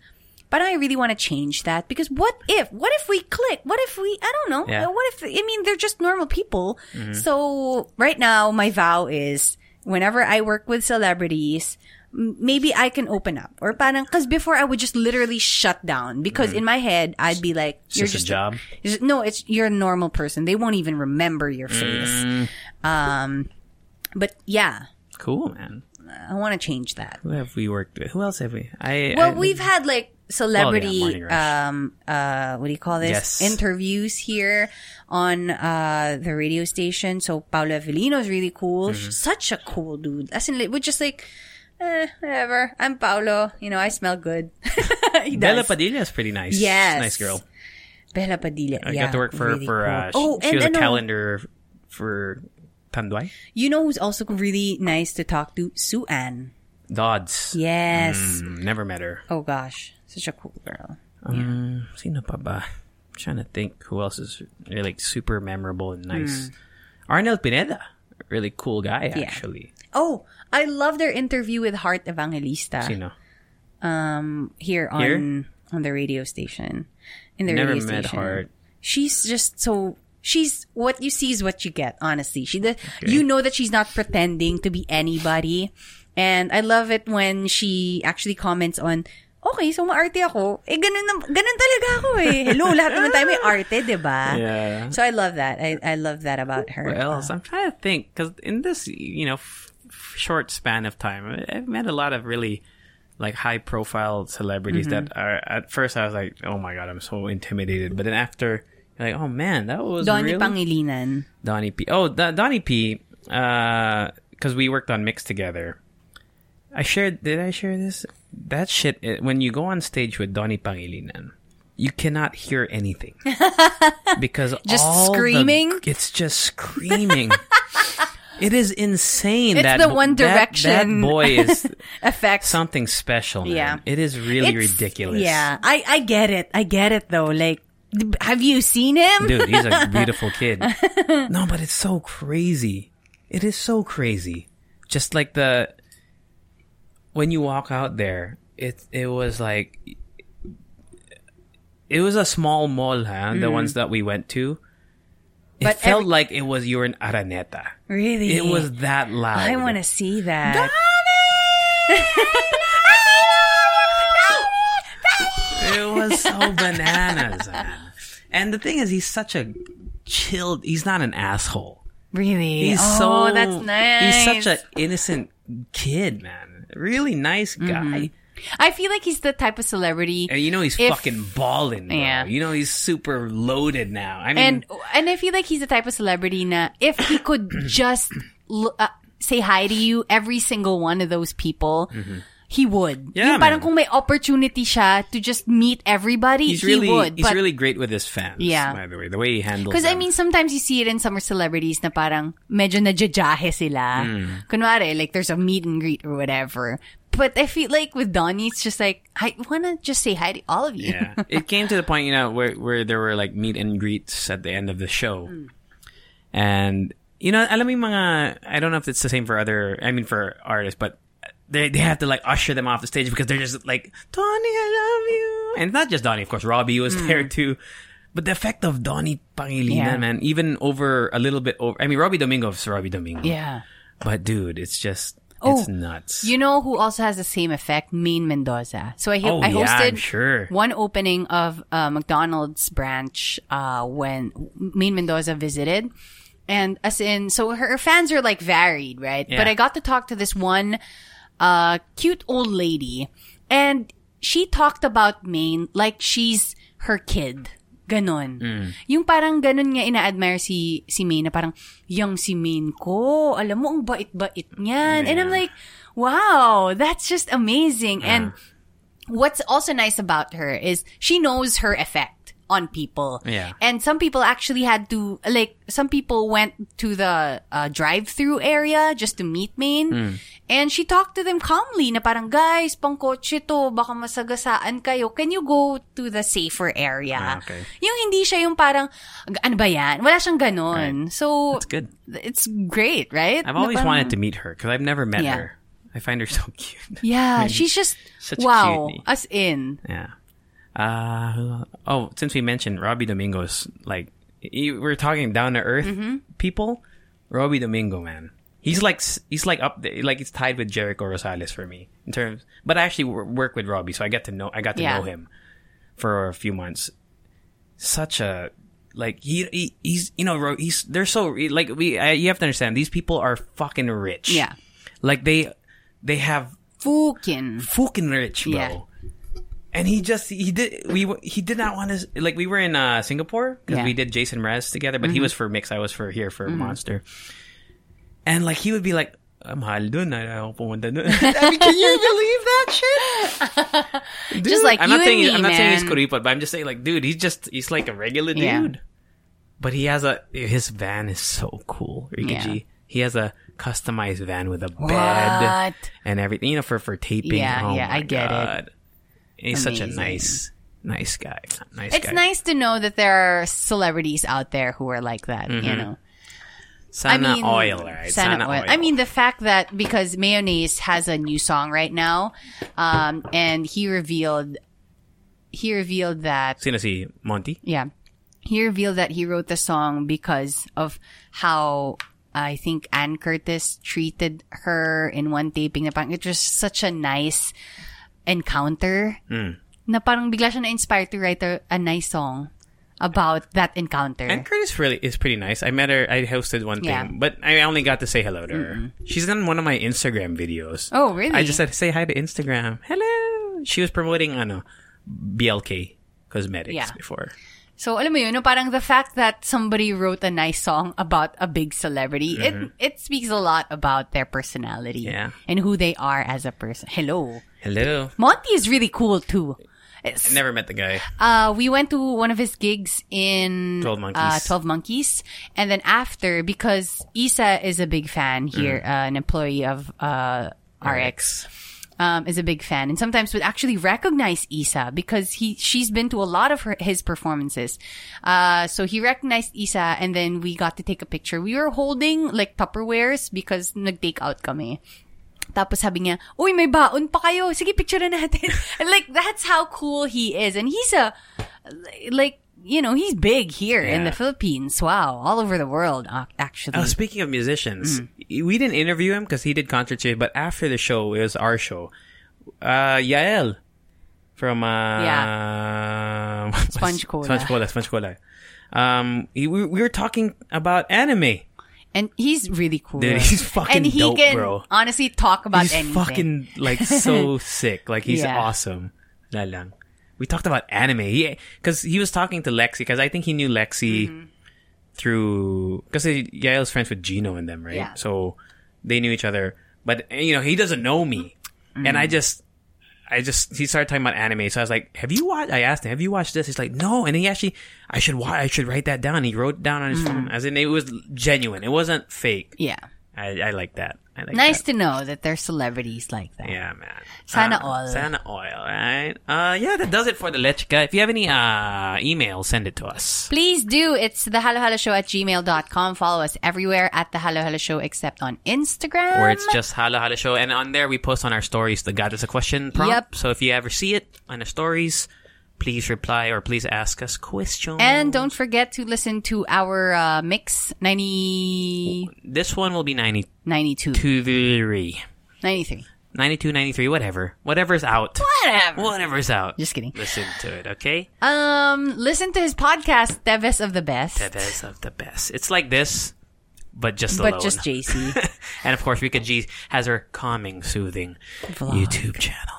Speaker 1: but I really want to change that because what if what if we click? What if we I don't know.
Speaker 2: Yeah.
Speaker 1: What if I mean they're just normal people. So right now my vow is whenever I work with celebrities m- maybe I can open up or parang because before I would just literally shut down because in my head I'd be like you're just
Speaker 2: just a job.
Speaker 1: is it- No, it's you're a normal person. They won't even remember your face.
Speaker 2: Mm.
Speaker 1: Um, but yeah,
Speaker 2: Cool, man.
Speaker 1: I want to change that.
Speaker 2: Who have we worked with? Who else have we? I.
Speaker 1: Well,
Speaker 2: I-
Speaker 1: we've had like
Speaker 2: Well,
Speaker 1: celebrity
Speaker 2: yeah, Morning Rush.
Speaker 1: um uh what do you call this
Speaker 2: Yes.
Speaker 1: interviews here on uh the radio station. So Paula Avellino is really cool.
Speaker 2: Mm-hmm.
Speaker 1: She's such a cool dude. As in, like, we're just like. Eh, whatever. I'm Paolo. You know, I smell good. [laughs] He
Speaker 2: Bella
Speaker 1: does.
Speaker 2: Padilla is pretty nice.
Speaker 1: Yes.
Speaker 2: nice girl.
Speaker 1: Bella Padilla.
Speaker 2: I
Speaker 1: yeah,
Speaker 2: got to work for
Speaker 1: really
Speaker 2: for. Uh,
Speaker 1: cool. Oh,
Speaker 2: she, she was
Speaker 1: ano,
Speaker 2: a calendar for Tanduay
Speaker 1: You know who's also really nice to talk to? Sue Ann.
Speaker 2: Dodds.
Speaker 1: Yes.
Speaker 2: Mm, never met her.
Speaker 1: Oh gosh, such a cool girl.
Speaker 2: Um, sino pa ba? trying to think who else is really, like super memorable and nice. Hmm. Arnel Pineda, really cool guy actually.
Speaker 1: Oh, I love their interview with Heart Evangelista
Speaker 2: Sino?
Speaker 1: um, here on
Speaker 2: Here?
Speaker 1: on the radio station. In the
Speaker 2: Never
Speaker 1: radio
Speaker 2: met
Speaker 1: station.
Speaker 2: Heart.
Speaker 1: She's just so she's what you see is what you get. Honestly, she does. You know that she's not pretending to be anybody, and I love it when she actually comments on. Okay, so maarte ako. Eh, ganun, na, ganun talaga ako eh.
Speaker 2: [laughs]
Speaker 1: Hello, lahat naman tayo may arte, di ba?
Speaker 2: Yeah.
Speaker 1: So I love that. I, I love that about her.
Speaker 2: What else? I'm trying to think because in this you know f- f- short span of time, I- I've met a lot of really like high profile celebrities that are at first I was like, oh my god, I'm so intimidated, but then after. Like oh man, that was
Speaker 1: Donnie
Speaker 2: really
Speaker 1: Pangilinan.
Speaker 2: Donnie P. Oh, Don Donnie P. Because we worked on Mix together. I shared. Did I share this? That shit. eh, When you go on stage with Donnie Pangilinan, you cannot hear
Speaker 1: [laughs]
Speaker 2: anything because
Speaker 1: Just
Speaker 2: all the-
Speaker 1: screaming?
Speaker 2: it's just
Speaker 1: [laughs]
Speaker 2: screaming. it is insane.
Speaker 1: It's
Speaker 2: that
Speaker 1: the
Speaker 2: bo-
Speaker 1: One
Speaker 2: that-
Speaker 1: Direction.
Speaker 2: That, boy
Speaker 1: [laughs]
Speaker 2: is
Speaker 1: Effects.
Speaker 2: something special. Man.
Speaker 1: Yeah.
Speaker 2: it is really
Speaker 1: It's-
Speaker 2: ridiculous.
Speaker 1: Yeah, I I get it. I get it though. Like, d- have you seen him?
Speaker 2: dude he's a beautiful
Speaker 1: [laughs]
Speaker 2: kid no but it's so crazy it is so crazy just like the when you walk out there it it was like it was a small mall huh the ones that we went to it
Speaker 1: Mm-hmm. But
Speaker 2: felt
Speaker 1: every-
Speaker 2: like it was you were in Araneta
Speaker 1: Really?
Speaker 2: it was that loud
Speaker 1: I want to see that.
Speaker 2: it was
Speaker 1: [laughs]
Speaker 2: so bananas man. and the thing is he's such a chilled he's not an asshole
Speaker 1: [laughs] Really?
Speaker 2: He's
Speaker 1: oh,
Speaker 2: so
Speaker 1: that's nice.
Speaker 2: He's such an innocent kid, man. Really nice guy.
Speaker 1: I feel like he's the type of celebrity.
Speaker 2: And you know he's
Speaker 1: Mm-hmm. If-
Speaker 2: fucking balling. Bro.
Speaker 1: Yeah.
Speaker 2: You know he's super loaded now. I mean,
Speaker 1: and and I feel like he's the type of celebrity na if he
Speaker 2: [clears throat]
Speaker 1: could just l- uh, say hi to you every single one of those people, he would.
Speaker 2: Mm-hmm.
Speaker 1: Yung
Speaker 2: Yeah,
Speaker 1: parang
Speaker 2: man.
Speaker 1: kung may opportunity siya to just meet everybody,
Speaker 2: he's
Speaker 1: he
Speaker 2: really
Speaker 1: would.
Speaker 2: he's
Speaker 1: but
Speaker 2: really great with his fans.
Speaker 1: Yeah.
Speaker 2: By the way, the way he handles.
Speaker 1: Because I
Speaker 2: them.
Speaker 1: mean, sometimes you see it in summer celebrities na parang medyo najajahe sila.
Speaker 2: Hmm.
Speaker 1: Kunwari, like there's a meet and greet or whatever. But I feel like with Donnie, it's just like, I want to just say hi to all of you.
Speaker 2: yeah. It came to the point, you know, where where there were like meet and greets at the end of the show,
Speaker 1: Hmm.
Speaker 2: and you know, alam mo yung mga I don't know if it's the same for other. I mean, for artists, but they they have to like usher them off the stage because they're just like Donnie, I love you, and not just Donnie, of course. Robbie was there too. But the effect of Donnie
Speaker 1: Hmm. Yeah.
Speaker 2: Pangilinan, man, even over a little bit over. I mean, Robbie Domingo is Robbie Domingo.
Speaker 1: [laughs] Yeah.
Speaker 2: But dude, it's just
Speaker 1: Oh,
Speaker 2: it's nuts.
Speaker 1: You know who also has the same effect? Maine Mendoza. So I, ho-
Speaker 2: Oh,
Speaker 1: I
Speaker 2: yeah,
Speaker 1: hosted
Speaker 2: I'm sure.
Speaker 1: one opening of uh, McDonald's branch uh, when Maine Mendoza visited. And as in, so her, her fans are like varied, right?
Speaker 2: Yeah.
Speaker 1: But I got to talk to this one uh, cute old lady. And she talked about Maine like she's her kid. Ganon. Yung parang ganon nga ina-admire si, si Maine na parang, yung si Maine ko, alam mo, ang bait-bait niyan. And I'm like, wow, that's just amazing. And what's also nice about her is she knows her effect on people.
Speaker 2: Yeah.
Speaker 1: And some people actually had to, like, some people went to the uh, drive-through area just to meet Maine.
Speaker 2: Hmm.
Speaker 1: And she talked to them calmly na parang, guys, pangkotse to, baka masagasaan kayo. Can you go to the safer area?
Speaker 2: Ah, okay.
Speaker 1: Yung hindi siya yung parang, ano ba yan? Wala siyang ganon. So,
Speaker 2: That's good.
Speaker 1: it's great, right?
Speaker 2: I've
Speaker 1: Na
Speaker 2: always
Speaker 1: parang-
Speaker 2: wanted to meet her because I've never met
Speaker 1: Yeah.
Speaker 2: her. I find her so [laughs] cute.
Speaker 1: Yeah, she's just,
Speaker 2: Hmm. Such a
Speaker 1: wow,
Speaker 2: cutie.
Speaker 1: as in.
Speaker 2: Yeah. Uh, who- oh, since we mentioned Robbie Domingo's, like, y- we're talking down to earth
Speaker 1: Mm-hmm.
Speaker 2: people. Robbie Domingo, man, he's like s- he's like up there, like he's tied with Jericho Rosales for me in terms. But I actually wor- work with Robbie, so I got to know I got to
Speaker 1: Yeah.
Speaker 2: know him for a few months. Such a like he, he he's you know Ro- he's they're so like we I, you have to understand these people are fucking rich.
Speaker 1: Yeah.
Speaker 2: like they they have
Speaker 1: Fukin.
Speaker 2: fucking rich, bro.
Speaker 1: Yeah.
Speaker 2: And he just he did we w- he did not want to like we were in uh, Singapore because
Speaker 1: Yeah. Mm-hmm.
Speaker 2: we did Jason Mraz together, but he was for Mix, I was for here for Monster. And like he would be like, "I'm mahal dun, ayaw
Speaker 1: [laughs]
Speaker 2: pumunta dun." I mean, can you believe that shit?
Speaker 1: [laughs] Just like
Speaker 2: I'm
Speaker 1: you
Speaker 2: not
Speaker 1: and
Speaker 2: saying he's-
Speaker 1: me,
Speaker 2: I'm not saying he's
Speaker 1: man.
Speaker 2: kuripot, but I'm just saying like, dude, he's just he's like a regular
Speaker 1: Yeah.
Speaker 2: dude. But he has a his van is so cool, Ricky
Speaker 1: Yeah.
Speaker 2: G. He has a customized van with a bed
Speaker 1: What?
Speaker 2: and everything, you know, for for taping.
Speaker 1: Yeah, yeah, I get it.
Speaker 2: it. He's such a
Speaker 1: Amazing.
Speaker 2: nice Nice guy. Nice
Speaker 1: It's
Speaker 2: guy.
Speaker 1: nice to know that there are celebrities out there who are like that, you know.
Speaker 2: Sana Mm-hmm. oil, right?
Speaker 1: Sana, oil. I mean, the fact that because Mayonnaise has a new song right now, um, and he revealed, he revealed that,
Speaker 2: sino si Monty?
Speaker 1: yeah, he revealed that he wrote the song because of how I think Ann Curtis treated her in one taping. Na parang it was such a nice encounter.
Speaker 2: Hmm.
Speaker 1: Na parang bigla siya na-inspire to write a, a nice song about that encounter.
Speaker 2: And Curtis really is pretty nice. I met her. I hosted one thing,
Speaker 1: Yeah.
Speaker 2: but I only got to say hello to her. She's done one of my Instagram videos.
Speaker 1: Oh, really?
Speaker 2: I just said say hi to Instagram. Hello. She was promoting ano BLK Cosmetics
Speaker 1: Yeah.
Speaker 2: before.
Speaker 1: So alam mo yun, no, parang the fact that somebody wrote a nice song about a big celebrity, it it speaks a lot about their personality
Speaker 2: Mm-hmm. Yeah.
Speaker 1: and who they are as a person. Hello.
Speaker 2: Hello.
Speaker 1: Monty is really cool too. It's-
Speaker 2: Never met the guy.
Speaker 1: uh, we went to one of his gigs in
Speaker 2: 12 Monkeys.
Speaker 1: Uh, 12 Monkeys. And then after, because Isa is a big fan here, uh, an employee of uh, RX. Um, is a big fan and sometimes would actually recognize Isa because he she's been to a lot of her, his performances. Uh, so he recognized Isa and then we got to take a picture. We were holding like Tupperwares because nag-take out kami. Tapos sabi niya, Uy, may baon pa kayo. Sige, picture na
Speaker 2: [laughs]
Speaker 1: natin. And like, that's how cool he is. And he's a, like, you know, he's big here in the
Speaker 2: Yeah.
Speaker 1: Philippines. Wow. All over the world, ac- actually.
Speaker 2: Oh, speaking of
Speaker 1: Mm.
Speaker 2: musicians, we didn't interview him because he did concert series, but after the show, it was our show. Uh, Yael from uh, [laughs] what's-
Speaker 1: Sponge Cola.
Speaker 2: Sponge Cola, Sponge Cola. Um, he, we, we were talking about anime.
Speaker 1: and he's really cool.
Speaker 2: Dude, he's fucking
Speaker 1: And he
Speaker 2: dope,
Speaker 1: can
Speaker 2: bro.
Speaker 1: honestly talk about
Speaker 2: he's
Speaker 1: anything.
Speaker 2: fucking like
Speaker 1: [laughs]
Speaker 2: so sick. Like he's
Speaker 1: Yeah.
Speaker 2: awesome. La lang. We talked about anime because he, was talking to Lexi because I think he knew Lexi
Speaker 1: Mm-hmm.
Speaker 2: through because Yael's friends with Gino and them, right?
Speaker 1: Yeah.
Speaker 2: So they knew each other, but eh, you know he doesn't know me,
Speaker 1: Mm-hmm.
Speaker 2: and I just. I just he started talking about anime, so I was like, "Have you watched?" I asked him, "Have you watched this?" He's like, "No," and he actually, I should wa- I should write that down. He wrote it down on his phone, as in it was genuine. It wasn't fake.
Speaker 1: Mm-hmm. Yeah.
Speaker 2: I, I like that. I like
Speaker 1: Nice
Speaker 2: that.
Speaker 1: to know that there's celebrities like that.
Speaker 2: Yeah, man.
Speaker 1: Sana
Speaker 2: uh,
Speaker 1: all.
Speaker 2: Sana oil, right? Uh, yeah, that does it for the Lechka. If you have any uh, email, send it to us.
Speaker 1: Please do. It's the Show at gmail.com. Follow us everywhere at the Halo Halo Show except on Instagram.
Speaker 2: Or it's just Hala Hala Show. And on there, we post on our stories the God is a Question prompt.
Speaker 1: Yep.
Speaker 2: So if you ever see it on the stories, please reply or please ask us questions.
Speaker 1: And don't forget to listen to our uh, mix 90,
Speaker 2: this one will be 92,
Speaker 1: 92,
Speaker 2: 93.
Speaker 1: 93.
Speaker 2: 92, 93, whatever. Whatever's out.
Speaker 1: Whatever.
Speaker 2: Whatever's out.
Speaker 1: Just kidding.
Speaker 2: Listen to it, okay?
Speaker 1: Um, listen to his podcast, Teves of the Best,
Speaker 2: The best of the best. It's like this, but just
Speaker 1: but
Speaker 2: alone.
Speaker 1: just JC.
Speaker 2: [laughs] and of course, Rika G has her calming, soothing
Speaker 1: Vlog.
Speaker 2: YouTube channel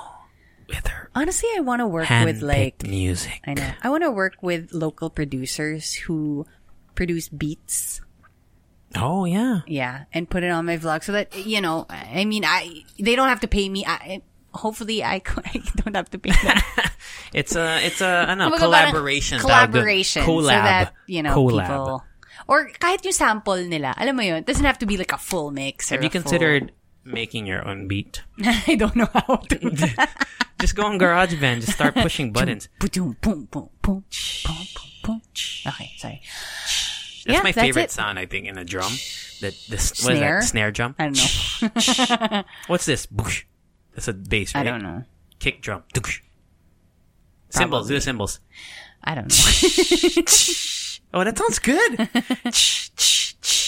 Speaker 2: with her
Speaker 1: Honestly, I want to work with
Speaker 2: hand
Speaker 1: like
Speaker 2: like, music.
Speaker 1: I know I want to work with local producers who produce beats,
Speaker 2: Oh yeah,
Speaker 1: yeah, and put it on my vlog so that you know. I mean, I they don't have to pay me. I hopefully I, [laughs] I don't have to pay them.
Speaker 2: it's a it's a
Speaker 1: Kumbaga
Speaker 2: ano,
Speaker 1: parang
Speaker 2: collaboration, tawag doon.
Speaker 1: Collaboration.
Speaker 2: collab,
Speaker 1: So that, you know,
Speaker 2: collab.
Speaker 1: people... Or kahit yung sample nila. Alam mo yun, it doesn't have to be like a full mix or
Speaker 2: Have you
Speaker 1: a full-
Speaker 2: considered making your own beat?
Speaker 1: [laughs] I don't know how
Speaker 2: [laughs]
Speaker 1: to.
Speaker 2: Just go on GarageBand, just
Speaker 1: [laughs]
Speaker 2: start pushing buttons.
Speaker 1: Pum, pum, pum, pum, pum, pum. Okay, sorry.
Speaker 2: That's
Speaker 1: Yeah,
Speaker 2: my
Speaker 1: that's
Speaker 2: favorite
Speaker 1: it.
Speaker 2: sound, I think, in a drum. That this what is
Speaker 1: Snare?
Speaker 2: that snare drum?
Speaker 1: I don't know.
Speaker 2: What's this? Boosh. That's a bass,
Speaker 1: I
Speaker 2: right?
Speaker 1: don't know.
Speaker 2: Kick drum. Doosh. Cymbals. Do the cymbals.
Speaker 1: I don't
Speaker 2: [laughs]
Speaker 1: know.
Speaker 2: Oh, that sounds good. [laughs]